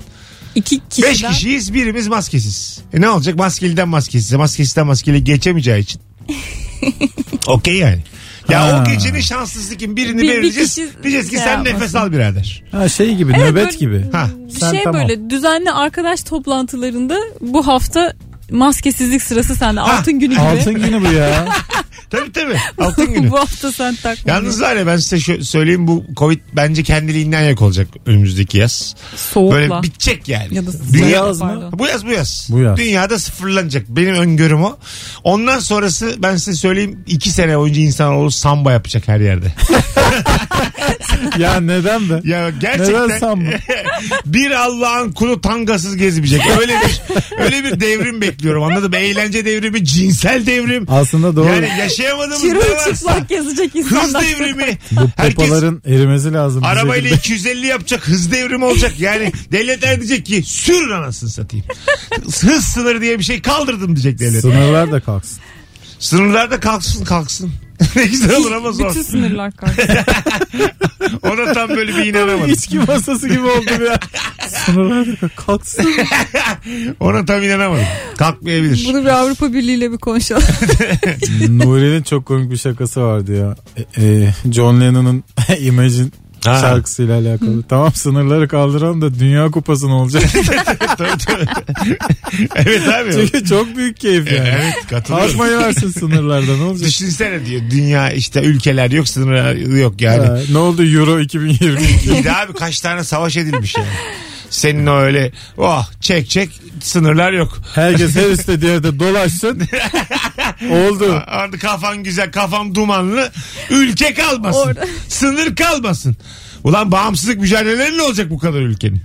Speaker 3: İki kişiden.
Speaker 2: Beş kişiyiz birimiz maskesiz. E ne olacak? Maskeliden maskesize, maskesizden maskeli geçemeyeceği için Okey yani. Ya
Speaker 4: Ha.
Speaker 2: o gecenin şanslısı kim? Birini
Speaker 3: Bir- bir
Speaker 2: vereceğiz.
Speaker 3: kişi
Speaker 2: diyeceğiz ki
Speaker 3: şey
Speaker 2: sen
Speaker 3: yapmasın.
Speaker 2: nefes al birader.
Speaker 4: Ha şey gibi
Speaker 3: Evet,
Speaker 4: nöbet
Speaker 3: böyle-
Speaker 4: gibi.
Speaker 2: Ha.
Speaker 3: Bir
Speaker 4: Sen
Speaker 3: şey
Speaker 4: tamam.
Speaker 3: böyle düzenli arkadaş toplantılarında bu hafta maskesizlik sırası sende. Altın günü gibi.
Speaker 4: Altın günü bu ya.
Speaker 2: Tabii tabii. Altın günü.
Speaker 3: bu hafta sen takma.
Speaker 2: Yalnız var ya ben size şu, söyleyeyim bu Covid bence kendiliğinden yak olacak önümüzdeki yaz.
Speaker 3: soğukla.
Speaker 2: Böyle bitecek yani.
Speaker 3: Ya da
Speaker 4: Bu
Speaker 3: Dünya-
Speaker 4: yaz mı?
Speaker 3: Pardon.
Speaker 2: Bu yaz bu yaz.
Speaker 4: Bu yaz.
Speaker 2: Dünyada sıfırlanacak. Benim öngörüm o. Ondan sonrası ben size söyleyeyim iki sene önce insanoğlu samba yapacak her yerde.
Speaker 4: Ya neden be?
Speaker 2: Ya
Speaker 4: Neden
Speaker 2: gerçekten
Speaker 4: sanma?
Speaker 2: bir Allah'ın kulu tangasız gezmeyecek. Öyle bir öyle bir devrim bekliyorum. Anladın mı? Eğlence devrimi, cinsel devrim.
Speaker 4: Aslında doğru.
Speaker 2: Yani yaşayamadığımız ne
Speaker 3: Çırıl
Speaker 2: varsa.
Speaker 3: çıplak yazacak
Speaker 2: Hız
Speaker 3: insanlar.
Speaker 2: devrimi.
Speaker 4: Bu
Speaker 2: Herkes
Speaker 4: popoların erimesi lazım. bize
Speaker 2: Arabayla
Speaker 4: gibi.
Speaker 2: 250 yapacak hız devrimi olacak. Yani devletler diyecek ki sürün anasını satayım. Hız sınırı diye bir şey kaldırdım diyecek devlet.
Speaker 4: Sınırlar da kalksın.
Speaker 2: Sınırlar da kalksın kalksın. ne güzel olur ama zor.
Speaker 3: Bütün sınırlar kalktı.
Speaker 2: Ona tam böyle bir inanamadım.
Speaker 4: İçki masası gibi oldu ya. Sınırlar da kalksın.
Speaker 2: Ona tam inanamadım. Kalkmayabilir.
Speaker 3: Bunu bir Avrupa Birliği ile bir konuşalım.
Speaker 4: Nuri'nin çok komik bir şakası vardı ya. E, e, John Lennon'ın Imagine
Speaker 2: Ha.
Speaker 4: şarkısıyla alakalı. Tamam sınırları kaldıralım da Dünya Kupası ne olacak?
Speaker 2: Tabii, tabii. evet abi.
Speaker 4: Çünkü çok büyük keyif yani.
Speaker 2: Evet katılıyorum.
Speaker 4: Kalkmayı versin sınırlarda ne olacak?
Speaker 2: Düşünsene diyor dünya işte ülkeler yok sınırlar yok yani.
Speaker 4: Ha, ne oldu Euro 2022?
Speaker 2: Bir de abi kaç tane savaş edilmiş yani. Senin o öyle oh çek çek sınırlar yok.
Speaker 4: Herkes her istediği yerde dolaşsın. Oldu.
Speaker 2: Artık kafan güzel, kafam dumanlı. Ülke kalmasın.
Speaker 3: Orada.
Speaker 2: Sınır kalmasın. Ulan bağımsızlık mücadeleleri ne olacak bu kadar ülkenin?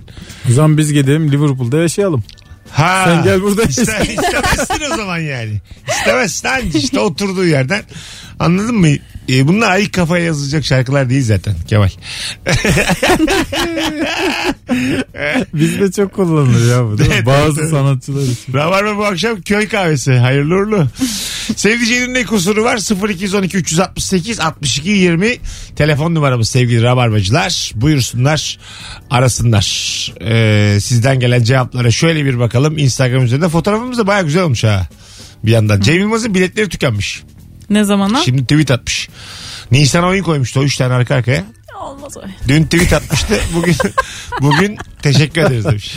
Speaker 4: O zaman biz gidelim Liverpool'da yaşayalım.
Speaker 2: Ha.
Speaker 4: Sen gel burada
Speaker 2: İste, istemezsin o zaman yani. İstemezsin anca işte oturduğu yerden. Anladın mı? E, bunlar ayık kafaya yazılacak şarkılar değil zaten Kemal.
Speaker 4: Bizde çok kullanılır ya bu değil mi? Bazı sanatçılar için.
Speaker 2: Rabarba bu akşam köy kahvesi. Hayırlı uğurlu. Sevdiceğinin ne kusuru var? 0212 368 62 20 telefon numaramız sevgili Rabarbacılar. Buyursunlar arasınlar. Ee, sizden gelen cevaplara şöyle bir bakalım. Instagram üzerinde fotoğrafımız da baya güzel olmuş ha. Bir yandan. Cem Yılmaz'ın biletleri tükenmiş.
Speaker 3: ne zamana?
Speaker 2: Şimdi tweet atmış. Nisan oyun koymuştu o 3 tane arka arkaya.
Speaker 3: Olmaz o.
Speaker 2: Dün tweet atmıştı. Bugün bugün teşekkür ederiz demiş.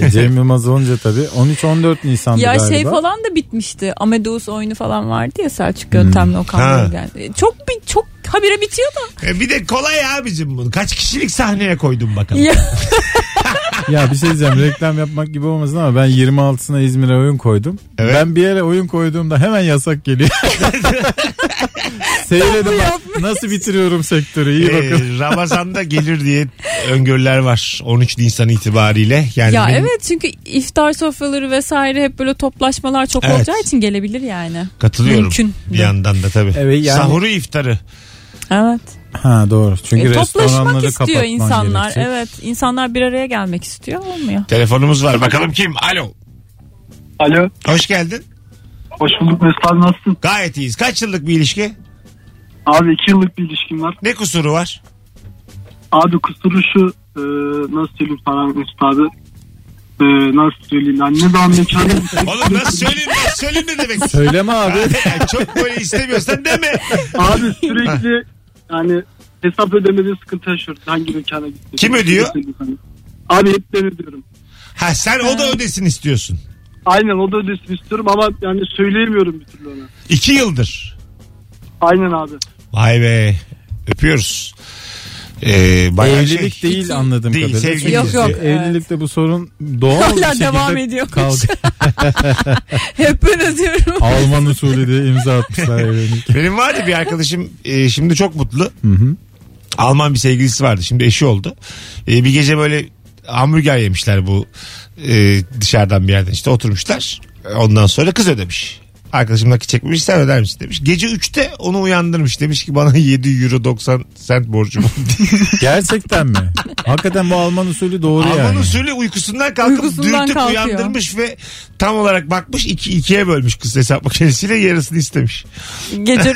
Speaker 4: E, Cem Yılmaz onca tabii. 13-14 Nisan'da
Speaker 3: Ya
Speaker 4: galiba.
Speaker 3: şey falan da bitmişti. Amedeus oyunu falan vardı ya Selçuk Yöntem'le
Speaker 2: Hmm. Ha.
Speaker 3: Okan geldi. Çok bir çok habire bitiyor da.
Speaker 2: E bir de kolay abicim bunu. Kaç kişilik sahneye koydun bakalım.
Speaker 3: Ya.
Speaker 4: Ya bir şey diyeceğim reklam yapmak gibi olmasın ama ben 26'sına İzmir'e oyun koydum.
Speaker 2: Evet.
Speaker 4: Ben bir yere oyun koyduğumda hemen yasak geliyor. Seyredim bak, nasıl bitiriyorum sektörü iyi
Speaker 2: Ee,
Speaker 4: bakın.
Speaker 2: Ramazan'da gelir diye öngörüler var 13 Nisan itibariyle. Yani
Speaker 3: ya
Speaker 2: benim
Speaker 3: evet çünkü iftar sofraları vesaire hep böyle toplaşmalar çok
Speaker 2: Evet.
Speaker 3: olacağı için gelebilir yani.
Speaker 2: katılıyorum
Speaker 3: Mümkün.
Speaker 2: bir yandan da tabii.
Speaker 4: Evet, yani-
Speaker 2: Sahuru iftarı.
Speaker 3: Evet.
Speaker 4: Ha doğru çünkü
Speaker 3: E,
Speaker 4: restoranları
Speaker 3: toplaşmak istiyor
Speaker 4: kapatman
Speaker 3: insanlar.
Speaker 4: gerekecek.
Speaker 3: Evet. insanlar bir araya gelmek istiyor olmuyor.
Speaker 2: Telefonumuz var bakalım kim? Alo.
Speaker 5: Alo.
Speaker 2: Hoş geldin.
Speaker 5: Hoş bulduk Mesut abi nasılsın?
Speaker 2: Gayet iyiyiz. Kaç yıllık bir ilişki?
Speaker 5: Abi iki yıllık bir ilişkim var.
Speaker 2: Ne kusuru var?
Speaker 5: Abi kusuru şu e, nasıl söyleyeyim sana Mesut abi. E, nasıl söyleyeyim anne daha mekanı
Speaker 2: Oğlum nasıl söyleyeyim nasıl söyleyeyim ne demek?
Speaker 4: Söyleme abi.
Speaker 2: Yani çok böyle istemiyorsan deme.
Speaker 5: abi sürekli yani hesap ödemede sıkıntı yaşıyoruz hangi mekana gittik.
Speaker 2: Kim ödüyor?
Speaker 5: Abi hep ben ödüyorum.
Speaker 2: Ha sen o da ödesin istiyorsun.
Speaker 5: Aynen o da ödesin istiyorum ama yani söyleyemiyorum bir türlü ona.
Speaker 2: İki yıldır.
Speaker 5: Aynen abi.
Speaker 2: Vay be. Öpüyoruz. Ee, bayağı şey-
Speaker 4: Evlilik değil anladığım
Speaker 2: Değil,
Speaker 4: kadarıyla.
Speaker 2: sevgili.
Speaker 3: Yok, yok.
Speaker 4: Çünkü Evlilikte bu sorun doğal bir
Speaker 3: Hala
Speaker 4: şekilde
Speaker 3: devam ediyormuş.
Speaker 4: kaldı.
Speaker 3: Hep ben ödüyorum.
Speaker 4: Alman usulü diye imza atmışlar evlenirken.
Speaker 2: Benim vardı bir arkadaşım e, şimdi çok mutlu.
Speaker 4: Hı hı.
Speaker 2: Alman bir sevgilisi vardı. Şimdi eşi oldu. E, bir gece böyle hamburger yemişler bu e, dışarıdan bir yerden. işte oturmuşlar. E, Ondan sonra kız ödemiş. Arkadaşım nakit çekmemiş sen öder misin demiş. Gece 3'te onu uyandırmış. Demiş ki bana 7 euro 90 sent borcum var.
Speaker 4: Gerçekten mi? Hakikaten bu Alman usulü doğru
Speaker 2: Alman
Speaker 4: yani.
Speaker 2: usulü uykusundan kalkıp
Speaker 3: Uykusundan
Speaker 2: dürtüp
Speaker 3: kalkıyor.
Speaker 2: uyandırmış ve tam olarak bakmış iki, ikiye bölmüş kız hesap makinesiyle yarısını istemiş.
Speaker 3: Gece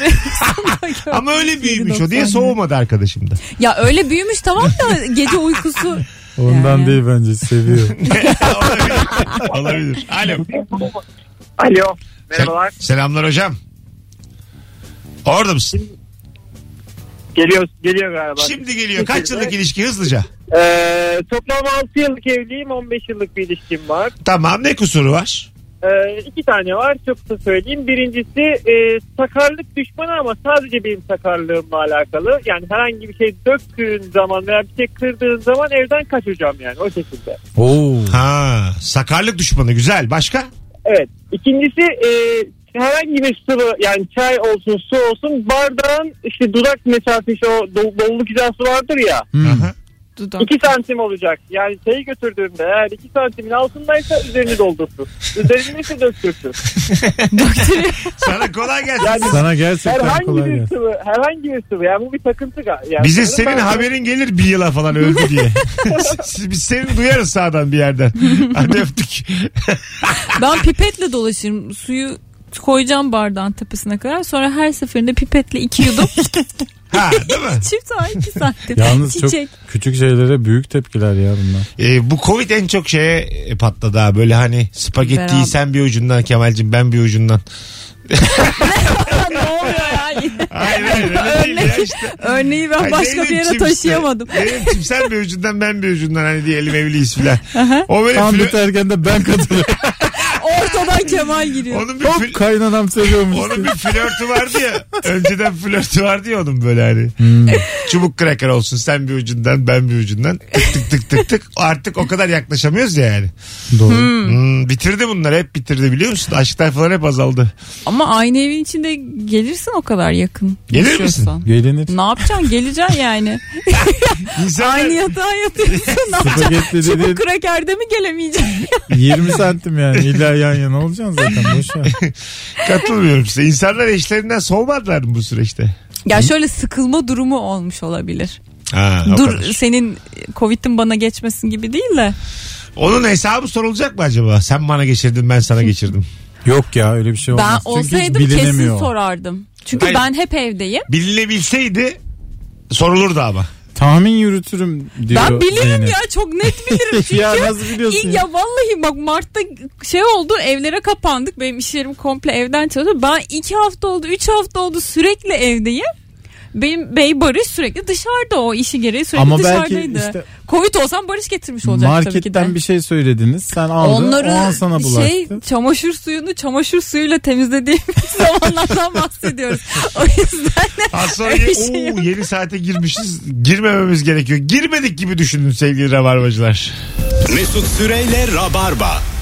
Speaker 2: Ama öyle büyümüş o diye soğumadı arkadaşım da.
Speaker 3: Ya öyle büyümüş tamam da gece uykusu.
Speaker 4: Ondan
Speaker 3: Yani.
Speaker 4: değil bence seviyor.
Speaker 2: olabilir. olabilir. Alo.
Speaker 5: Alo.
Speaker 2: Selamlar hocam. Orada mısın?
Speaker 5: Geliyor, geliyor galiba.
Speaker 2: Şimdi geliyor. Kaç yıllık ilişki hızlıca?
Speaker 5: Ee, toplam 6 yıllık evliyim 15 yıllık bir ilişkim var.
Speaker 2: Tamam ne kusuru var?
Speaker 5: Ee, iki tane var çok kısa söyleyeyim. Birincisi e, sakarlık düşmanı ama sadece benim sakarlığımla alakalı. Yani herhangi bir şey döktüğün zaman veya bir şey kırdığın zaman evden kaçacağım yani o şekilde.
Speaker 4: Oo.
Speaker 2: Ha, sakarlık düşmanı güzel. Başka?
Speaker 5: Evet. İkincisi e, herhangi bir sıvı yani çay olsun su olsun bardağın işte dudak mesafesi o do- doluluk hizası vardır ya.
Speaker 2: Aha.
Speaker 3: Dudak.
Speaker 5: 2 santim olacak. Yani şeyi götürdüğümde eğer 2 santimin altındaysa üzerini doldursun. Üzerini ise döktürsün.
Speaker 2: Sana kolay gelsin.
Speaker 5: Yani
Speaker 4: Sana gerçekten
Speaker 5: herhangi
Speaker 4: kolay
Speaker 5: bir
Speaker 4: gelsin.
Speaker 5: sıvı, herhangi bir sıvı. Yani bu bir takıntı. ga- Yani
Speaker 2: Bize
Speaker 5: Bunu
Speaker 2: senin
Speaker 5: ben-
Speaker 2: haberin gelir bir yıla falan öldü diye. Siz- Biz seni duyarız sağdan bir yerden. Hadi öptük.
Speaker 3: Ben pipetle dolaşırım. Suyu koyacağım bardağın tepesine kadar. Sonra her seferinde pipetle iki yudum.
Speaker 2: Ha, değil mi?
Speaker 3: Çift ay iki santim.
Speaker 4: Yalnız çok
Speaker 3: Çiçek.
Speaker 4: küçük şeylere büyük tepkiler ya bunlar.
Speaker 2: Ee, bu Covid en çok şeye e, patladı ha. Böyle hani spagettiyi
Speaker 3: Beraber.
Speaker 2: sen bir ucundan Kemal'cim ben bir ucundan.
Speaker 3: Ha, ne oluyor yani?
Speaker 2: Hayır hayır öyle değil ya
Speaker 3: Örnek-
Speaker 2: işte.
Speaker 3: Örneği ben
Speaker 2: Ay,
Speaker 3: başka bir
Speaker 2: Zeynep'ciğim
Speaker 3: yere
Speaker 2: işte.
Speaker 3: taşıyamadım.
Speaker 2: Zeynep'ciğim sen bir ucundan ben bir ucundan hani diyelim evliyiz filan. O böyle
Speaker 4: Tam
Speaker 2: flö-
Speaker 4: biterken de ben katılıyorum.
Speaker 3: Ortadan Kemal giriyor.
Speaker 2: onun bir fl-
Speaker 4: Hop kaynanam seviyormuş.
Speaker 2: Onun bir flörtü vardı ya. Önceden flörtü vardı ya onun böyle hani. Çubuk kraker olsun sen bir ucundan ben bir ucundan. Tık tık tık tık tık. Artık o kadar yaklaşamıyoruz ya yani.
Speaker 4: Doğru.
Speaker 2: Hmm, bitirdi bunlar hep bitirdi biliyor musun? Aşklar falan hep azaldı.
Speaker 3: Ama aynı evin içinde gelirsin o kadar yakın.
Speaker 2: Gelir misin?
Speaker 3: yaşıyorsan.
Speaker 4: Gelinir.
Speaker 3: Ne yapacaksın? Geleceksin yani.
Speaker 2: İnsanlar
Speaker 3: Aynı yatağa yatıyorsun. Ne yapacaksın?
Speaker 4: Spagetti dediğin
Speaker 3: Çubuk krakerde mi gelemeyeceksin?
Speaker 4: 20 santim yani. İlla yan yana olacaksın zaten. Boş ver.
Speaker 2: katılmıyorum size. İnsanlar eşlerinden soğumadılar mı bu süreçte?
Speaker 3: ya şöyle sıkılma durumu olmuş olabilir.
Speaker 2: Ha, o
Speaker 3: Dur
Speaker 2: kadar.
Speaker 3: senin Covid'in bana geçmesin gibi değil de.
Speaker 2: Onun hesabı sorulacak mı acaba? Sen bana geçirdin ben sana geçirdim.
Speaker 4: Yok ya öyle bir şey
Speaker 3: Ben
Speaker 4: olmaz. Çünkü hiç
Speaker 3: olsaydım kesin
Speaker 4: bilinemiyor.
Speaker 3: sorardım. Çünkü
Speaker 2: Hayır.
Speaker 3: ben hep evdeyim.
Speaker 2: Bilinebilseydi sorulurdu ama.
Speaker 4: Tahmin yürütürüm diyor
Speaker 3: Ben bilirim
Speaker 4: Zeynep.
Speaker 3: ya çok net bilirim çünkü.
Speaker 4: Ya nasıl biliyorsun
Speaker 3: İyi
Speaker 4: ya?
Speaker 3: ya vallahi bak Mart'ta şey oldu evlere kapandık. Benim iş yerim komple evden çalışıyor. Ben iki hafta oldu, üç hafta oldu sürekli evdeyim. Benim bey Barış sürekli dışarıda o işi gereği sürekli
Speaker 4: Ama belki
Speaker 3: dışarıdaydı.
Speaker 4: işte-
Speaker 3: Covid olsam Barış getirmiş olacak tabii ki de.
Speaker 4: Marketten bir şey söylediniz. Sen aldın.
Speaker 3: Onları
Speaker 4: o an sana bulaştı.
Speaker 3: şey çamaşır suyunu çamaşır suyuyla temizlediğimiz zamanlardan bahsediyoruz. O yüzden
Speaker 2: Az sonra
Speaker 3: Öyle
Speaker 2: ye-
Speaker 3: şey
Speaker 2: Oo, yeni saate girmişiz. Girmememiz gerekiyor. Girmedik gibi düşünün sevgili rabarbacılar.
Speaker 1: Mesut Süreyle Rabarba.